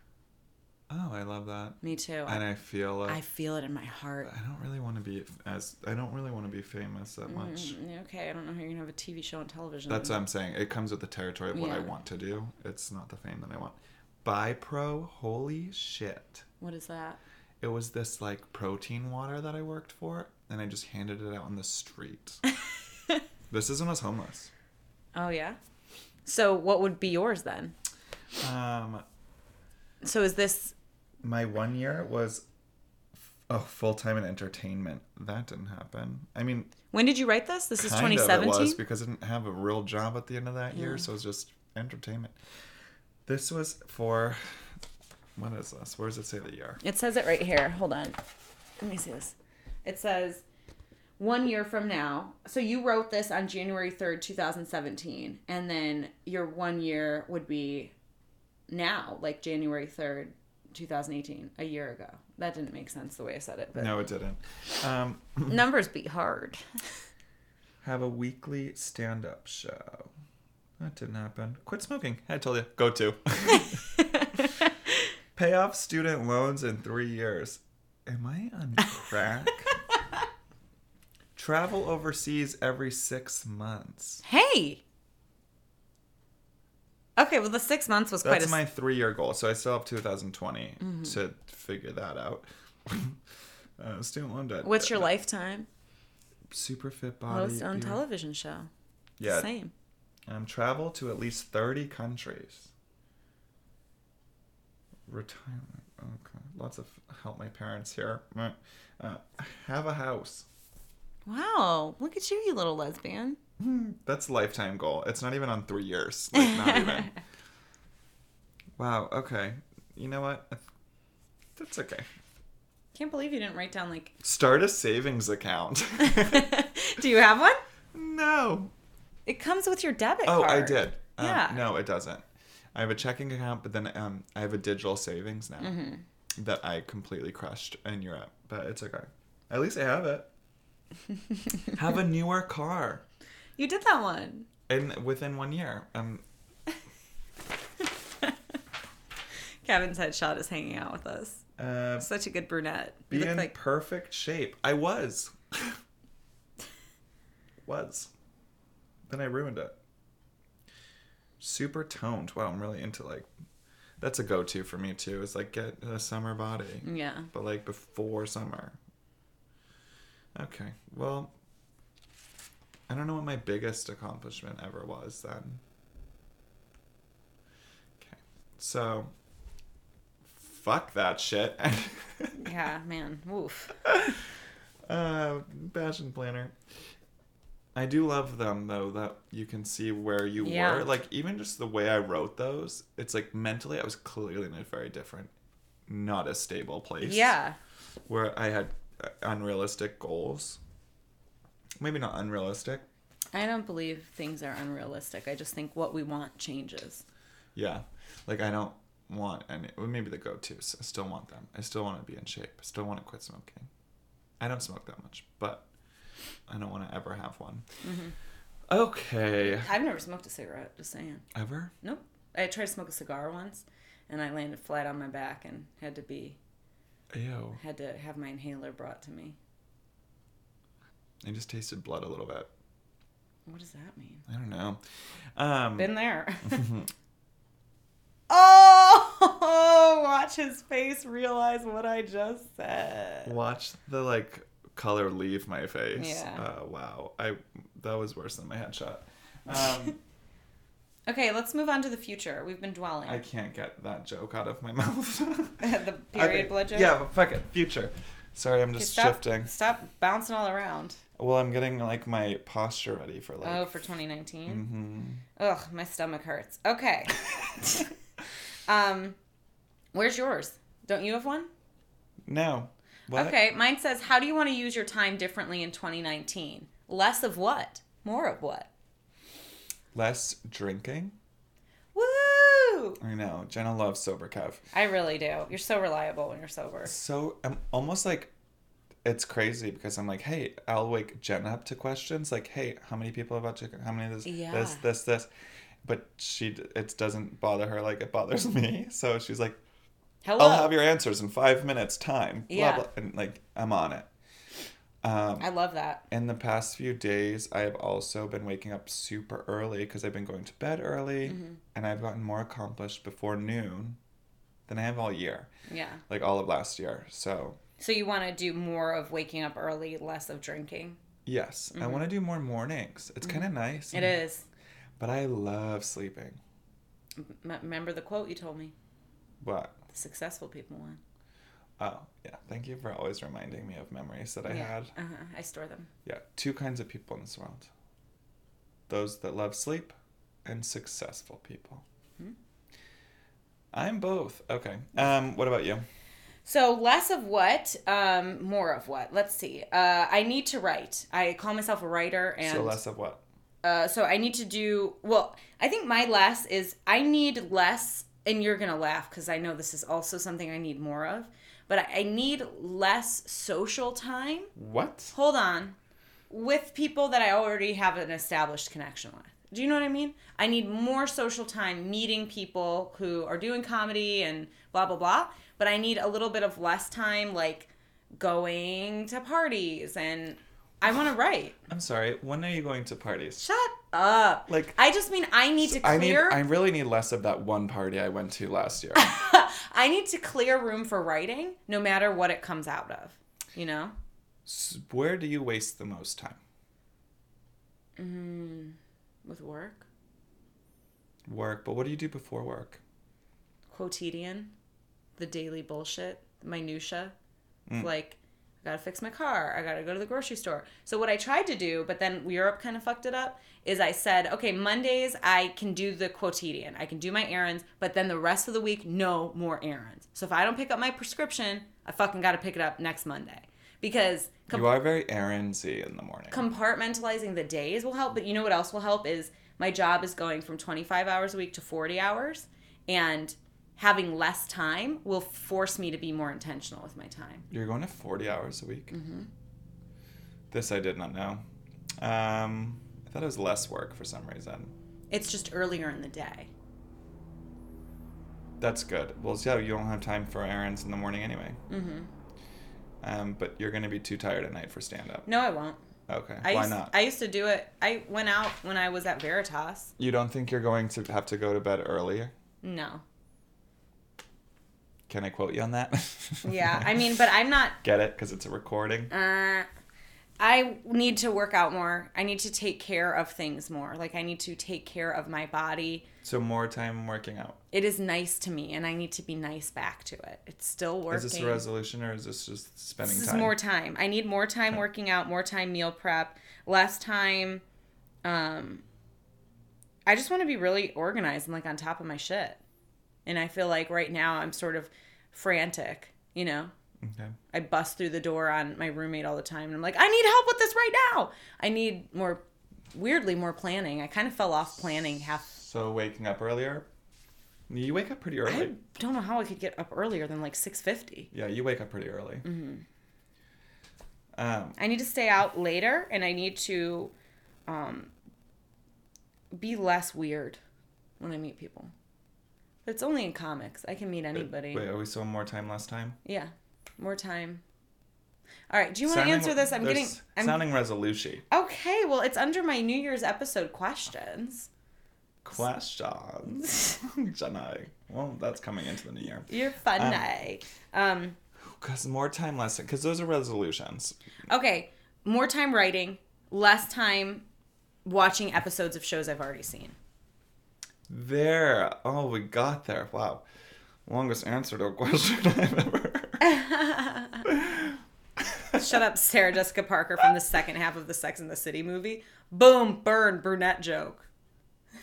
A: Oh, I love that.
B: Me too.
A: And
B: I,
A: I feel like
B: feel it in my heart.
A: I don't really want to be as I don't really want to be famous that much.
B: Mm, Okay, I don't know how you're gonna have a TV show on television.
A: That's what I'm saying. It comes with the territory of what I
B: Yeah.
A: want to do. It's not the fame that I want. By Pro, holy shit.
B: what is that?
A: It was this like protein water that I worked for and I just handed it out on the street. this is when I was homeless.
B: Oh yeah. So what would be yours then?
A: Um
B: So is this
A: my one year was oh full time in entertainment. That didn't happen. I mean
B: when did you write this? This is
A: kind of it
B: 2017.
A: was because I didn't have a real job at the end of that year, so it was just entertainment. This was for what is this? Where does it say the year?
B: It says it right here. Hold on. Let me see this. It says one year from now. So you wrote this on January 3rd, 2017. And then your one year would be now, like January 3rd, 2018, a year ago. That didn't make sense the way I said it, but
A: No, it didn't. Um,
B: numbers beat hard.
A: have a weekly stand up show. That didn't happen. Quit smoking. I told you. Go to. Pay off student loans in three years. Am I on crack? Travel overseas every six months.
B: Hey. Okay, well the six months was quite
A: That's
B: a Mm-hmm.
A: my three year goal. So I still have 2020 to figure that out. uh, student loan debt.
B: what's your lifetime
A: super fit body?
B: most on
A: beautiful-
B: television show?
A: Yeah.
B: Same.
A: Um, travel to at least 30 countries. Retirement. Okay. Lots of help my parents here. Meh. Uh, have a house.
B: Wow. Look at you, you little lesbian.
A: That's lifetime goal. It's not even on three years. Like, not even. Wow. Okay. You know what? That's okay.
B: Can't believe you didn't write down like
A: Start a savings account.
B: Do you have one?
A: no.
B: It comes with your debit
A: Oh,
B: card.
A: I did. Um,
B: Yeah.
A: No, it doesn't. I have a checking account, but then um, I have a digital savings now that I completely crushed in Europe. But it's okay. At least I have it. have a newer car,
B: You did that one.
A: and within one year, um,
B: Kevin's headshot is hanging out with us.
A: uh,
B: Such a good brunette. You
A: be
B: look
A: in
B: like
A: perfect shape. I was. was. Then I ruined it. Super toned. Wow, I'm really into like. That's a go to for me too, is like get a summer body.
B: Yeah.
A: But like before summer. Okay. Well, I don't know what my biggest accomplishment ever was then. Okay. So, fuck that shit.
B: Yeah, man. Woof.
A: Uh, fashion planner. I do love them though that you can see where you
B: Yeah.
A: were. Like even just the way I wrote those, it's like mentally I was clearly in a very different, not a stable place.
B: Yeah.
A: Where I had uh, unrealistic goals. Maybe not unrealistic.
B: I don't believe things are unrealistic. I just think what we want changes.
A: Yeah. Like I don't want any. Well, maybe the go-to's. I still want them. I still want to be in shape. I still want to quit smoking. I don't smoke that much, but I don't want to ever have one.
B: Mm-hmm.
A: Okay.
B: I've never smoked a cigarette, just saying.
A: Ever?
B: Nope. I tried to smoke a cigar once and I landed flat on my back and had to be
A: Ew.
B: had to have my inhaler brought to me.
A: I just tasted blood a little bit.
B: What does that mean?
A: I don't know. Um,
B: Been there. oh, watch his face realize what I just said.
A: watch the like color leave my face.
B: Yeah.
A: Uh, wow. I that was worse than my headshot. Um,
B: Okay, let's move on to the future. We've been dwelling.
A: I can't get that joke out of my mouth.
B: the period
A: Okay.
B: blood joke.
A: Yeah, but fuck it. Future. Sorry, I'm
B: Okay,
A: just
B: stop,
A: shifting.
B: Stop bouncing all around.
A: Well, I'm getting like my posture ready for like.
B: Oh, for 2019.
A: hmm
B: Ugh, my stomach hurts. Okay. um, where's yours? Don't you have one?
A: No. What?
B: Okay, mine says, "How do you want to use your time differently in 2019? Less of what? More of what?"
A: Less drinking.
B: Woo!
A: I know. Jenna loves sober Kev.
B: I really do. You're so reliable when you're sober.
A: so I'm almost like it's crazy because I'm like, hey, I'll wake Jen up to questions like, hey, how many people have about chicken? How many of this, this,
B: Yeah.
A: this, this? But she, d- it doesn't bother her like it bothers me. So she's like,
B: Hello.
A: I'll have your answers in five minutes time. Blah,
B: Yeah.
A: blah. And like, I'm on it. Um,
B: I love that.
A: in the past few days, I have also been waking up super early because I've been going to bed early
B: Mm-hmm.
A: and I've gotten more accomplished before noon than I have all year,
B: Yeah.
A: like all of last year. So
B: So you want to do more of waking up early, less of drinking.
A: Yes, I want to do more mornings. It's kind of nice.
B: Mm-hmm. It is.
A: But I love sleeping.
B: M- remember the quote you told me?
A: But
B: The successful people won.
A: oh yeah, thank you for always reminding me of memories that I
B: yeah.
A: had.
B: Uh-huh. I store them.
A: Yeah, two kinds of people in this world. Those that love sleep, and successful people.
B: Hmm?
A: I'm both. Okay. Um. What about you?
B: So less of what, um, more of what. Let's see. Uh, I need to write. I call myself a writer, and
A: so less of what?
B: uh, so I need to do well. I think my less is I need less, and you're gonna laugh because I know this is also something I need more of. But I, I need less social time.
A: What?
B: Hold on, with people that I already have an established connection with. Do you know what I mean? I need more social time meeting people who are doing comedy and blah blah blah. But I need a little bit of less time, like going to parties and I want to write.
A: I'm sorry. When are you going to parties?
B: Shut up.
A: Like-
B: I just mean I need to
A: I need.
B: clear
A: I really need less of that one party I went to last year.
B: I need to clear room for writing no matter what it comes out of. You know?
A: S- Where do you waste the most time?
B: With work,
A: Work. But what do you do before work?
B: quotidian, the daily bullshit, minutia.
A: Mm.
B: It's Like I gotta fix my car. I gotta go to the grocery store. So what I tried to do, but then Europe kind of fucked it up, is I said, okay, Mondays I can do the quotidian. I can do my errands, but then the rest of the week, no more errands. So if I don't pick up my prescription, I fucking gotta pick it up next Monday. Because
A: You are very errandsy in the morning.
B: compartmentalizing the days will help but you know what else will help is my job is going from 25 hours a week to 40 hours and having less time will force me to be more intentional with my time
A: You're going to 40 hours a week? Mm-hmm. This I did not know. Um, I thought it was less work for some reason.
B: it's just earlier in the day
A: That's good. Well, yeah, you don't have time for errands in the morning anyway. Mm-hmm. Um, but you're going to be too tired at night for stand up.
B: no i won't
A: Okay.
B: I
A: Why
B: used,
A: not?
B: I used to do it i went out when i was at veritas
A: you don't think you're going to have to go to bed earlier?
B: no
A: Can I quote you on that?
B: yeah i mean but i'm not
A: Get it? Because it's a recording.
B: uh, I need to work out more. I need to take care of things more. Like, I need to take care of my body.
A: So more time working out.
B: it is nice to me and I need to be nice back to it. It's still working.
A: Is this a resolution or is this just spending
B: This is
A: time?
B: more time. I need more time working out, more time meal prep, less time um I just want to be really organized and like on top of my shit. And I feel like right now I'm sort of frantic, you know?
A: okay.
B: I bust through the door on my roommate all the time and I'm like, I need help with this right now. I need more weirdly more planning. I kind of fell off planning half
A: So waking up earlier? You wake up pretty early.
B: I don't know how I could get up earlier than like 6:50.
A: Yeah, you wake up pretty early. Mm-hmm. Um,
B: I need to stay out later and I need to um, be less weird when I meet people. But it's only in comics. I can meet anybody.
A: wait, are we still more time, less time?
B: Yeah. More time. All right, do you want to answer this? I'm
A: there's
B: getting I'm
A: sounding resolution
B: Okay, well, it's under my New Year's episode questions.
A: questions. Jenna. Well, that's coming into the new year.
B: You're fun
A: Um,
B: day. Um
A: Cause more time, less because those are resolutions.
B: okay, more time writing, less time watching episodes of shows I've already seen.
A: There. Oh, we got there. Wow. Longest answer to a question I've ever. heard.
B: Shut up, Sarah Jessica Parker from the second half of the Sex and the City movie. Boom, burn, brunette joke.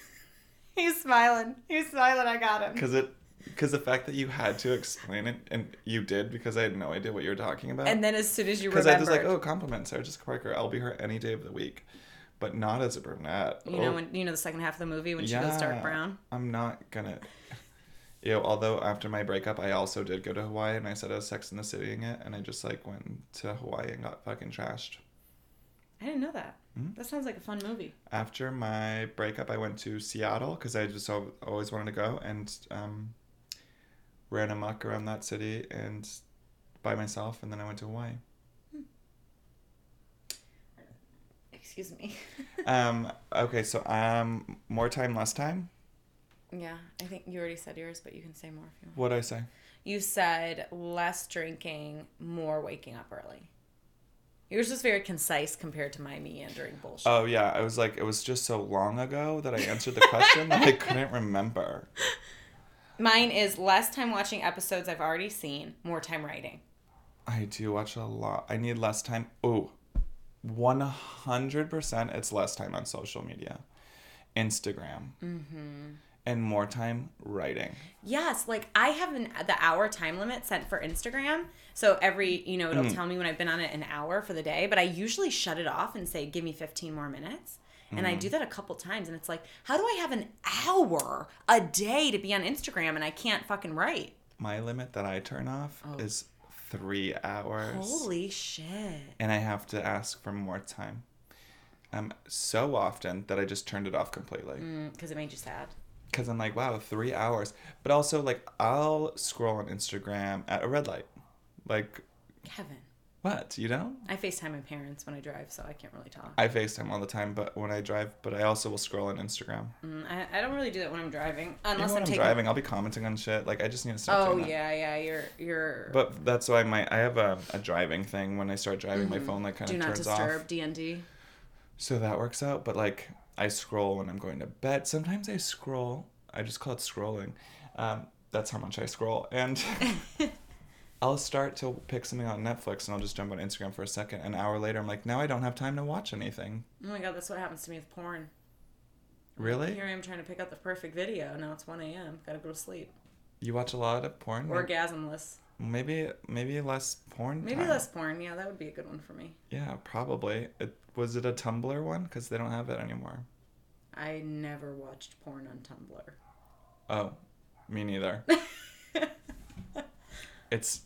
B: He's smiling. He's smiling. I got him.
A: Cause it. Cause the fact that you had to explain it and you did because I had no idea what you were talking about.
B: And then as soon as you
A: Because
B: remember,
A: I was like, oh, compliment Sarah Jessica Parker. I'll be her any day of the week, but not as a brunette.
B: you
A: Oh,
B: know, when you know the second half of the movie when she goes dark brown.
A: I'm not gonna. You know, although after my breakup, I also did go to Hawaii and I said I was Sex in the Citying it, and I just like went to Hawaii and got fucking trashed.
B: I didn't know that.
A: Hmm?
B: That sounds like a fun movie.
A: After my breakup, I went to Seattle because I just al- always wanted to go and um, ran amok around that city and by myself, and then I went to Hawaii.
B: Excuse me.
A: um, okay, so um, more time, less time.
B: yeah, I think you already said yours, but you can say more if you want.
A: What I say?
B: You said less drinking, more waking up early. Yours was very concise compared to my meandering bullshit.
A: Oh yeah, I was like, it was just so long ago that I answered the question that I couldn't remember.
B: Mine is less time watching episodes I've already seen, more time writing.
A: I do watch a lot. I need less time. Oh, 100% it's less time on social media, Instagram, mm-hmm. and more time writing.
B: Yes, like I have an the hour time limit set for Instagram. So every, you know, it'll
A: Mm.
B: tell me when I've been on it an hour for the day, but I usually shut it off and say give me 15 more minutes. And
A: Mm.
B: I do that a couple times and it's like, how do I have an hour a day to be on Instagram and I can't fucking write?
A: My limit that I turn off is three hours.
B: Holy shit.
A: and I have to ask for more time. Um, so often that I just turned it off completely.
B: Cuz Mm, it made you sad.
A: because I'm like, wow, three hours. But also, like, I'll scroll on Instagram at a red light, like
B: Kevin.
A: What? You don't?
B: I FaceTime my parents when I drive, so I can't really talk.
A: I FaceTime all the time, but when I drive, but I also will scroll on Instagram.
B: Mm, I, I don't really do that when I'm driving,
A: Even
B: unless
A: when
B: I'm,
A: I'm
B: taking.
A: driving, I'll be commenting on shit. Like I just need to stop.
B: Oh
A: doing that.
B: yeah, yeah. You're you're.
A: But that's why my I have a, a driving thing. When I start driving, my phone like kind
B: Mm-hmm. do
A: of turns
B: not disturb
A: off,
B: DND.
A: so that works out. But like I scroll when I'm going to bed. Sometimes I scroll. I just call it scrolling. Um, that's how much I scroll, and I'll start to pick something on Netflix, and I'll just jump on Instagram for a second. An hour later, I'm like, now I don't have time to watch anything.
B: Oh my god, that's what happens to me with porn.
A: Really?
B: Here I am trying to pick out the perfect video. Now it's 1 a.m. Gotta go to sleep.
A: You watch a lot of porn?
B: Orgasmless.
A: Maybe maybe less porn.
B: Maybe
A: time.
B: less porn. Yeah, that would be a good one for me.
A: Yeah, probably. It was it a Tumblr one because they don't have it anymore.
B: I never watched porn on Tumblr.
A: Oh, me neither. it's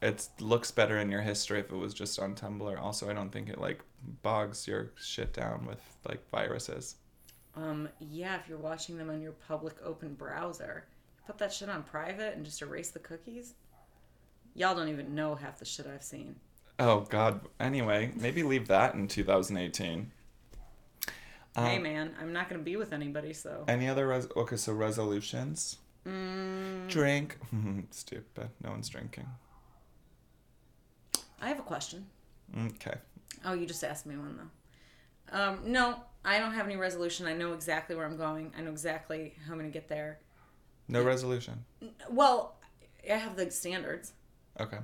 A: it looks better in your history if it was just on Tumblr. Also, I don't think it like bogs your shit down with like viruses.
B: Um, yeah, if you're watching them on your public open browser, put that shit on private and just erase the cookies. Y'all don't even know half the shit I've seen.
A: Oh God. Anyway, maybe leave that in 2018. Um,
B: hey man, I'm not gonna be with anybody, so Mm,
A: Any other res- okay? So resolutions. Drink. Stupid. No one's drinking.
B: I have a question.
A: Okay.
B: Oh, you just asked me one though. Um, no, I don't have any resolution. I know exactly where I'm going. I know exactly how I'm gonna get there.
A: No resolution.
B: Well, I have the standards.
A: Okay.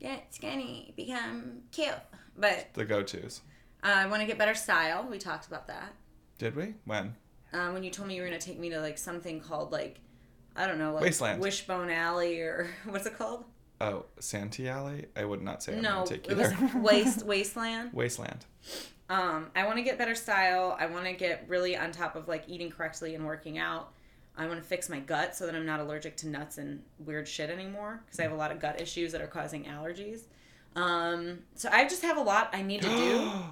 B: Get skinny, become cute. But
A: The go-tos.
B: uh, I want to get better style. We talked about that.
A: Did we? When?
B: uh, when you told me you were gonna take me to like something called like I don't know like
A: Wasteland.
B: Wishbone Alley or what's it called?
A: Oh, Santee Alley? I would not say I'm
B: no,
A: going to take you
B: it was
A: there.
B: Waste Wasteland.
A: Wasteland.
B: Um, I want to get better style. I want to get really on top of like eating correctly and working out. I want to fix my gut so that I'm not allergic to nuts and weird shit anymore because I have a lot of gut issues that are causing allergies. Um, so I just have a lot I need to do.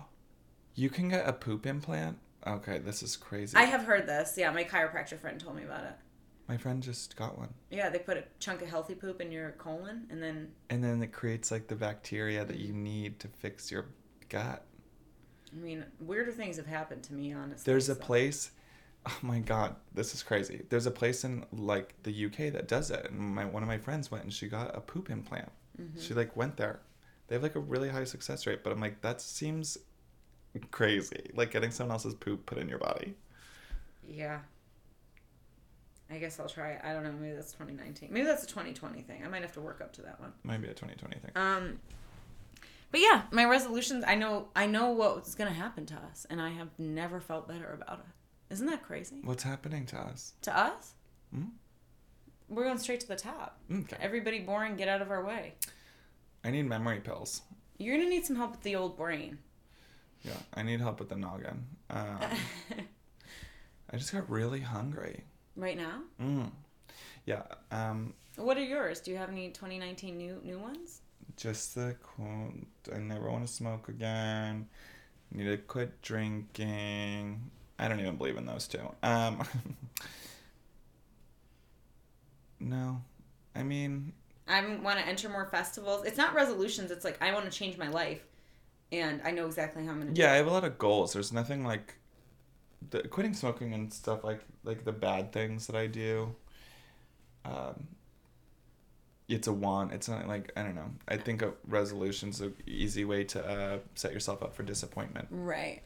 A: You can get a poop implant? Okay, this is crazy.
B: I have heard this. Yeah, my chiropractor friend told me about it.
A: My friend just got one.
B: Yeah, they put a chunk of healthy poop in your colon and then
A: And then it creates like the bacteria that you need to fix your gut.
B: I mean, weirder things have happened to me, honestly.
A: There's a
B: so-
A: place. Oh my god, this is crazy. There's a place in like the UK that does it, and my one of my friends went and she got a poop implant.
B: Mm-hmm.
A: She like went there. They have like a really high success rate, but I'm like that seems crazy. Like getting someone else's poop put in your body.
B: Yeah. I guess I'll try it. I don't know. Maybe that's 2019. Maybe that's a 2020 thing. I might have to work up to that one.
A: Might be a 2020 thing.
B: Um, but yeah, my resolutions. I know. I know what's gonna happen to us, and I have never felt better about it. Isn't that crazy?
A: What's happening to us?
B: To us,
A: Mhm.
B: we're going straight to the top.
A: Okay.
B: Everybody boring, get out of our way.
A: I need memory pills.
B: You're gonna need some help with the old brain.
A: Yeah, I need help with the noggin. Um, I just got really hungry.
B: right now,
A: Mm. Yeah. Um,
B: what are yours? Do you have any 2019 new new ones?
A: just the quote. I never want to smoke again. Need to quit drinking. I don't even believe in those two. Um, no, I mean,
B: I want to enter more festivals. It's not resolutions. It's like I want to change my life, and I know exactly how I'm gonna.
A: yeah, I have a lot of goals. There's nothing like the quitting smoking and stuff like like the bad things that I do. Um, it's a want. It's not like I don't know. I think a resolution's an easy way to uh, set yourself up for disappointment.
B: do. Right.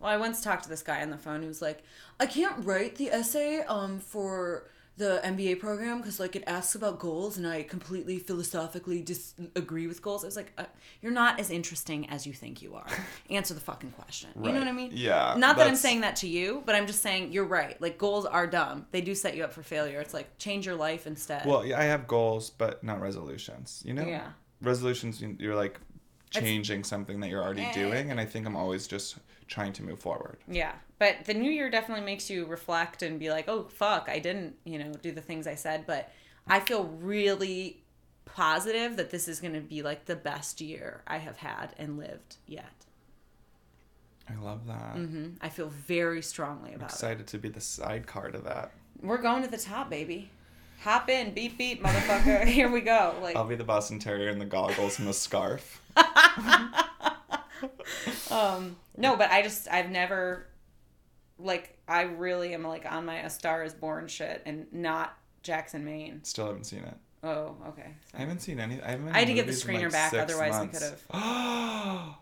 B: Well, I once talked to this guy on the phone who was like, "I can't write the essay um for the MBA program because like it asks about goals, and I completely philosophically disagree with goals." I was like, uh, "You're not as interesting as you think you are. Answer the fucking question. You know what I
A: Right.
B: mean?
A: Yeah,
B: Not that I'm
A: that's-
B: saying that to you, but I'm just saying you're right. Like goals are dumb. They do set you up for failure. It's like change your life instead.
A: Well, yeah, I have goals, but not resolutions. You know,
B: Yeah.
A: resolutions you- you're like changing something that you're already
B: Eh.
A: doing, and I think I'm always just trying to move forward.
B: Yeah, but the new year definitely makes you reflect and be like, "Oh fuck, I didn't, you know, do the things I said." But I feel really positive that this is going to be like the best year I have had and lived yet.
A: I love that.
B: Mhm. I feel very strongly about it.
A: Excited to be the sidecar to that.
B: We're going to the top, baby. Hop in, beep beep, motherfucker. Here we go. Like,
A: I'll be the Boston Terrier in the goggles and the scarf.
B: um, no, but I just I've never, like, I really am like on my A Star Is Born shit and not Jackson, Maine.
A: Still haven't seen it.
B: Oh, okay.
A: I haven't seen any. I haven't.
B: I had to get the screener back, otherwise we could've-
A: have.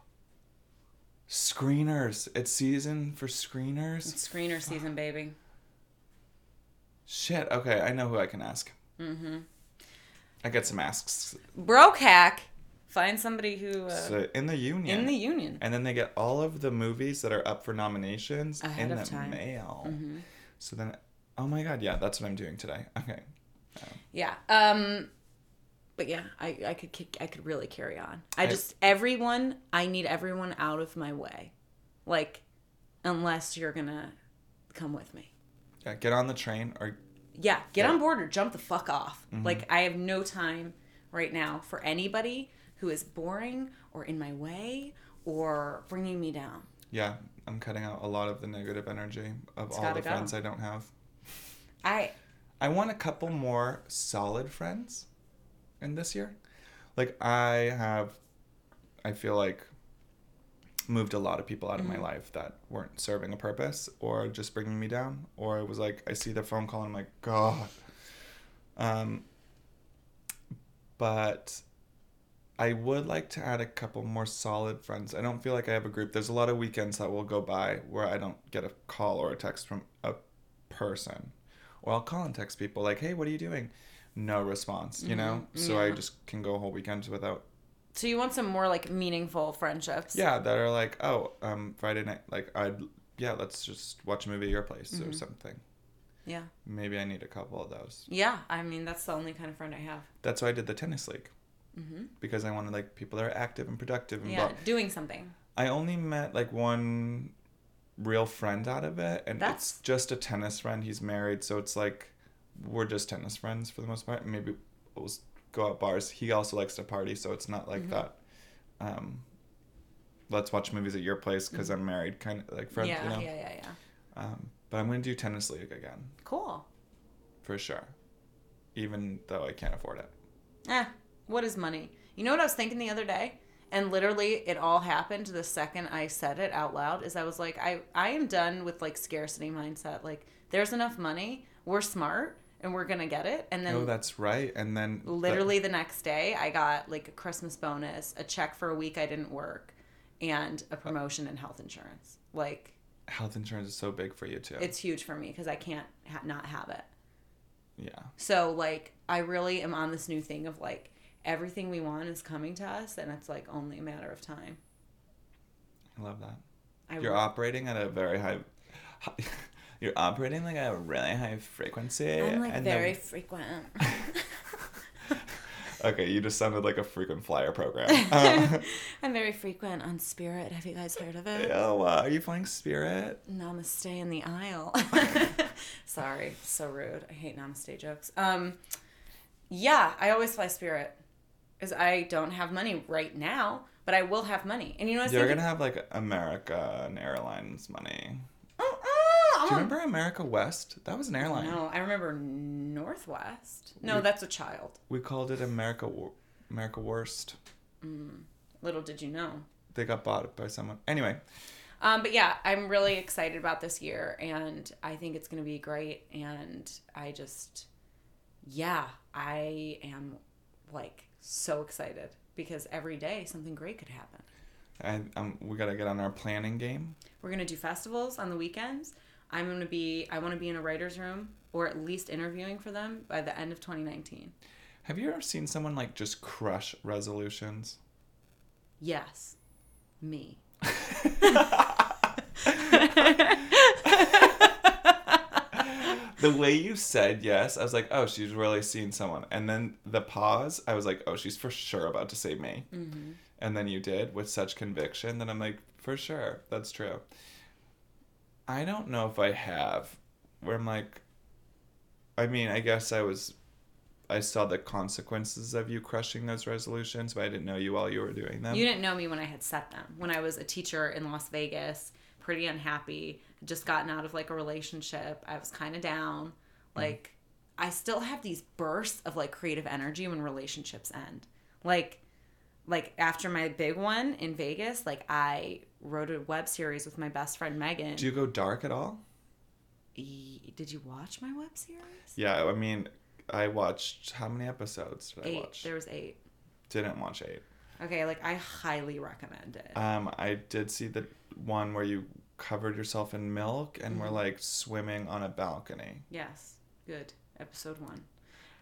A: screeners. It's season for screeners.
B: It's screener season, baby.
A: Shit. Okay, I know who I can ask. Mm-hmm. I get some asks.
B: Broke hack. Find somebody who uh,
A: So in the union.
B: in the union.
A: and then they get all of the movies that are up for nominations
B: Ahead
A: in
B: of
A: the
B: time. Mm-hmm.
A: mail. So then, oh my god, yeah, that's what I'm doing today. Okay.
B: Yeah. Um but yeah, I, I could kick, I could really carry on. I
A: I-
B: just everyone I need everyone out of my way. Like unless you're going to come with me.
A: Yeah, get on the train or
B: Yeah, get on board or jump the fuck off.
A: Mm-hmm.
B: Like I have no time right now for anybody who is boring or in my way or bringing me down.
A: yeah, I'm cutting out a lot of the negative energy of all
B: gotta
A: the
B: go.
A: friends I don't have.
B: I
A: I want a couple more solid friends in this year. Like I have I feel like moved a lot of people out of my life that weren't serving a purpose or just bringing me down or I was like I see the phone call and I'm like god. Um but I would like to add a couple more solid friends. I don't feel like I have a group. There's a lot of weekends that will go by where I don't get a call or a text from a person. Or I'll call and text people like, "Hey, what are you doing?" No response, you know? So I just can go whole weekends without
B: so you want some more like meaningful friendships.
A: yeah, that are like, "Oh, um Friday night like I'd yeah, let's just watch a movie at your place or something."
B: Yeah.
A: Maybe I need a couple of those.
B: Yeah, I mean that's the only kind of friend I have.
A: That's why I did the tennis league. Because I wanted like people that are active and productive and
B: Yeah,
A: blah.
B: doing something.
A: I only met like one real friend out of it, and
B: That's-
A: it's just a tennis friend. He's married, so it's like we're just tennis friends for the most part. Maybe we'll s- go out bars. He also likes to party, so it's not
B: Mm-hmm.
A: like that. Um, let's watch movies at your place because I'm married, kind of like friend.
B: yeah,
A: you know?
B: yeah, yeah, yeah.
A: Um, but I'm gonna do tennis league again
B: Cool.
A: for sure, even though I can't afford it.
B: Eh, what is money? You know what I was thinking the other day? And literally it all happened the second I said it out loud is I was like, I, I am done with like scarcity mindset. Like there's enough money, we're smart and we're gonna get it. And then
A: oh, that's right. And then the-
B: literally the next day I got like a Christmas bonus, a check for a week I didn't work, and a promotion and health insurance. Like
A: health insurance is so big for you too.
B: it's huge for me because I can't ha- not have it.
A: yeah.
B: So like I really am on this new thing of like everything we want is coming to us and it's like only a matter of time.
A: I love that.
B: I
A: You're operating at a very high, hi- you're operating like at a really high frequency.
B: I'm like
A: and the-
B: very frequent.
A: okay, you just sounded like a frequent flyer program. Um,
B: I'm very frequent on Spirit. Have you guys heard of it?
A: oh, uh, are you flying Spirit?
B: Namaste in the aisle. Sorry, so rude. I hate namaste jokes. Um yeah, I always fly Spirit cuz I don't have money right now, but I will have money. And you know what I was
A: You're
B: thinking?
A: gonna have like American Airlines money.
B: Mm-mm, I'm
A: Do you
B: on-
A: remember America West? That was an airline.
B: Uh-uh, Oh. No, I remember Northwest. No, that's a child.
A: We called it America Wo- America Worst.
B: Little did you know.
A: They got bought by someone. Anyway,
B: Um, but yeah, I'm really excited about this year, and I think it's going to be great. And I just, yeah, I am like so excited because every day something great could happen.
A: I, um, we gotta get on our planning game.
B: We're going to do festivals on the weekends. I'm going to be, I want to be in a writer's room or at least interviewing for them by the end of 2019.
A: Have you ever seen someone like just crush resolutions?
B: Yes, me.
A: the way you said yes, I was like, oh, she's really seen someone. And then the pause, I was like, oh, she's for sure about to say me.
B: Mm-hmm.
A: And then you did with such conviction that I'm like, for sure, that's true. I don't know if I have, where I'm like, I mean, I guess I was, I saw the consequences of you crushing those resolutions, but I didn't know you while you were doing them.
B: You didn't know me when I had set them. When I was a teacher in Las Vegas, pretty
A: Mm.
B: unhappy, just gotten out of like a relationship. I was kind of down. Like I still have these bursts of like creative energy when relationships end. Like like after my big one in Vegas, like I wrote a web series with my best friend Megan.
A: Do you go dark at all?
B: E- Did you watch my web series?
A: Yeah, I mean, I watched how many episodes did I
B: Eight.
A: watch?
B: There was eight.
A: Didn't watch eight.
B: Okay, like I highly recommend it.
A: Um, I did see the one where you covered yourself in milk and
B: Mm-hmm.
A: were like swimming on a balcony.
B: yes, good. Episode one.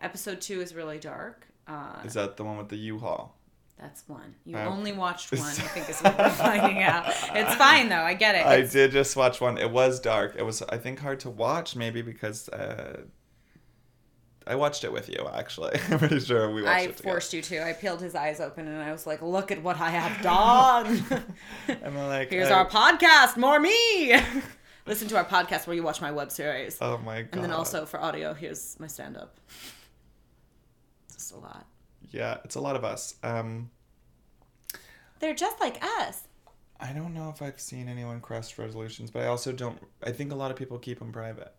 B: Episode two is really dark. Uh,
A: Is that the one with the U-Haul?
B: that's one. You
A: Okay.
B: only watched one. I think is what we're finding out. It's fine though. I get it.
A: I
B: It's-
A: did just watch one. It was dark. It was, I think, hard to watch maybe because uh, I watched it with you. Actually, I'm pretty sure we watched
B: I
A: it together.
B: forced you to. I peeled his eyes open and I was like, "Look at what I have done."
A: And we're like,
B: Here's
A: I-
B: our podcast, more me. Listen to our podcast where you watch my web series.
A: Oh my god.
B: and then also for audio, here's my stand up. It's just a lot.
A: Yeah, it's a lot of us. Um,
B: They're just like us.
A: I don't know if I've seen anyone cross resolutions, but I also don't. I think a lot of people keep them private.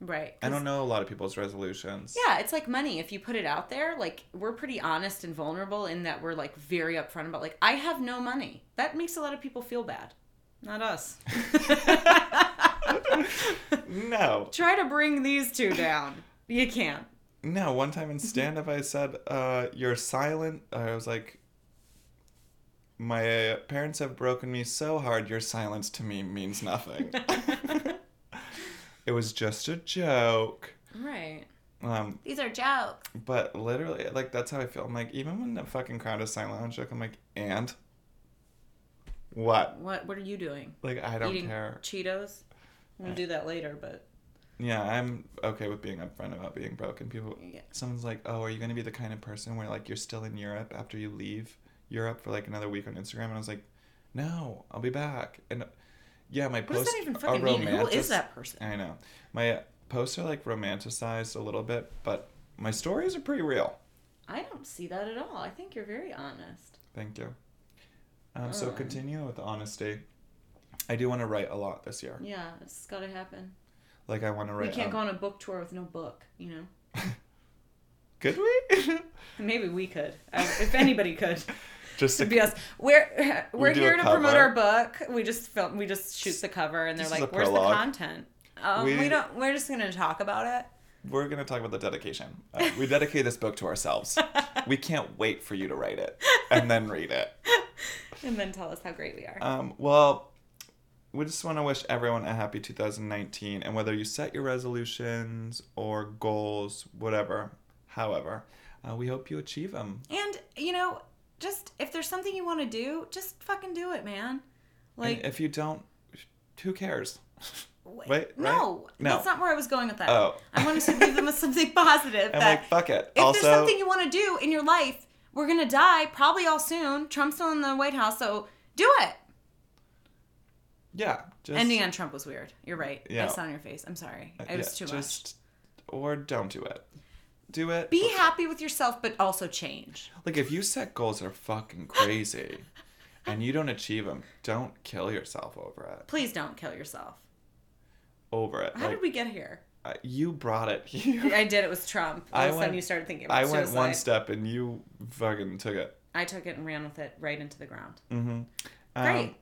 B: Right.
A: I don't know a lot of people's resolutions.
B: Yeah, it's like money. If you put it out there, like we're pretty honest and vulnerable in that we're like very upfront about like I have no money. That makes a lot of people feel bad. Not us.
A: No,
B: Try to bring these two down. You can't.
A: no. One time in stand up, I said, uh, You're silent. I was like, My parents have broken me so hard, your silence to me means nothing. it was just a joke.
B: Right.
A: Um,
B: These are jokes.
A: But literally, like that's how I feel. I'm like, even when the fucking crowd is silent on a joke, I'm like, and what?
B: What what are you doing?
A: Like I don't
B: Eating
A: care.
B: Cheetos? I'm gonna do that later, but
A: Yeah, I'm okay with being upfront about being broken. People,
B: Yeah.
A: someone's like, oh, are you gonna be the kind of person where like you're still in Europe after you leave Europe for like another week on Instagram? And I was like, no, I'll be back. And uh, yeah, my
B: what does
A: posts
B: that even
A: are
B: fucking mean?
A: romantic.
B: Who is that person?
A: I know my posts are like romanticized a little bit, but my stories are pretty real.
B: I don't see that at all. I think you're very honest.
A: Thank you. Um, so
B: Um.
A: continue with honesty. I do want to write a lot this year.
B: Yeah, it's gotta happen.
A: Like I want to
B: We
A: write.
B: can't go
A: um,
B: on a book tour with no book, you know?
A: Could we?
B: Maybe we could, I- if anybody could.
A: Just
B: To
A: a,
B: be us, we're we're
A: do a
B: here to promote
A: cover.
B: our book. We just film, we just shoot the cover, and they're
A: This is
B: like,
A: a
B: "Where's the
A: prologue.
B: content?" Um, we,
A: We-
B: don't. We're just gonna talk about
A: we're gonna talk about the dedication. Uh, we dedicate this book to ourselves. we can't wait for you to write it and then read it.
B: it, and then tell us how great we are.
A: Um, well, we just want to wish everyone a happy 2019, and whether you set your resolutions or goals, whatever, however, uh, we hope you achieve them.
B: and you know, just if there's something you want to do, just fucking do it, man. Like,
A: and uh, if you don't, who cares?
B: wait,
A: right?
B: no,
A: No.
B: that's not where I was going with that.
A: Oh.
B: I wanted to leave them with something positive.
A: I'm
B: that
A: like, fuck it.
B: if
A: also,
B: there's something you want to do in your life, we're gonna die probably all soon. Trump's still in the White House, so do it.
A: yeah, just
B: Ending on Trump was weird. You're right.
A: Yeah. Uh,
B: I saw on your face. I'm sorry. It was too much.
A: much. Or don't do it. Do it.
B: Be happy with yourself, but also change.
A: like if you set goals that are fucking crazy, and you don't achieve them, don't kill yourself over it.
B: Please don't kill yourself.
A: Over it.
B: How
A: Like
B: did we get here?
A: uh, you brought it here.
B: I did. It was Trump. All
A: I
B: of a sudden,
A: went-
B: you started thinking. About
A: I went
B: suicide.
A: one step and you fucking took it.
B: I took it and ran with it right into the ground.
A: Mm-hmm. Um,
B: Great.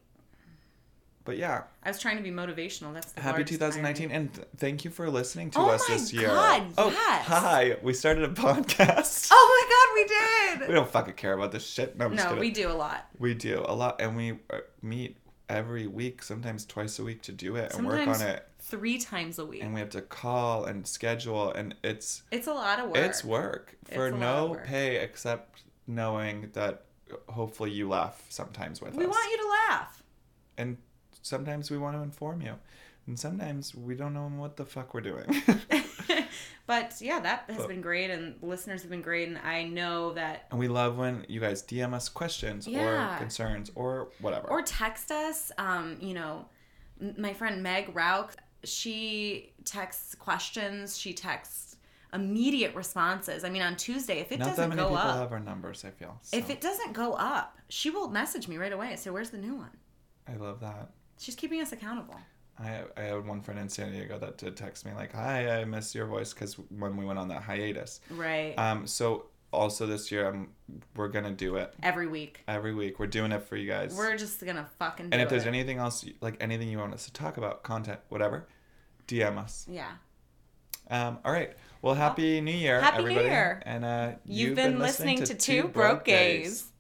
A: But yeah,
B: I was trying to be motivational. That's the
A: happy
B: largest
A: 2019, and th- thank you for listening to
B: Oh
A: us
B: my
A: this year.
B: God,
A: oh,
B: yes.
A: hi! We started a podcast.
B: irony. Oh my God, we
A: We
B: did.
A: don't fucking care about this shit. No, I'm just
B: no,
A: kidding.
B: we do a lot.
A: We do a lot, and we uh, meet every week, sometimes twice a week to do it and
B: Sometimes
A: work on it.
B: three times a week.
A: And we have to call and schedule, and it's
B: It's a lot of work.
A: it's work for
B: It's a lot
A: no
B: of work.
A: pay except knowing that hopefully you laugh sometimes with
B: we
A: us,
B: want you to laugh.
A: and sometimes we want to inform you, and sometimes we don't know what the fuck we're doing.
B: but yeah, that has
A: But-
B: been great, and listeners have been great, and I know that
A: and we love when you guys DM us questions
B: Yeah.
A: or concerns or whatever.
B: or text us. Um, you know, m- my friend Meg Rauch, she texts questions. She texts immediate responses. I mean, on Tuesday, if it
A: not that
B: doesn't
A: many
B: go
A: people
B: up,
A: have our numbers. I feel so.
B: if it doesn't go up, she will message me right away and say, "Where's the new one?"
A: I love that.
B: She's keeping us accountable.
A: I I had one friend in San Diego that did text me like, "Hi, I miss your voice" because when we went on that hiatus.
B: Right.
A: Um. So also this year, um, we're gonna do it
B: Every week.
A: every week. We're doing it for you guys.
B: We're just gonna fucking.
A: and
B: do
A: if there's
B: it.
A: anything else, you- like anything you want us to talk about, content, whatever, DM us.
B: Yeah.
A: Um. All right. Well, happy New Year,
B: Happy New
A: everybody.
B: Year.
A: And uh,
B: You've, been, listening, to Two Broke Gays.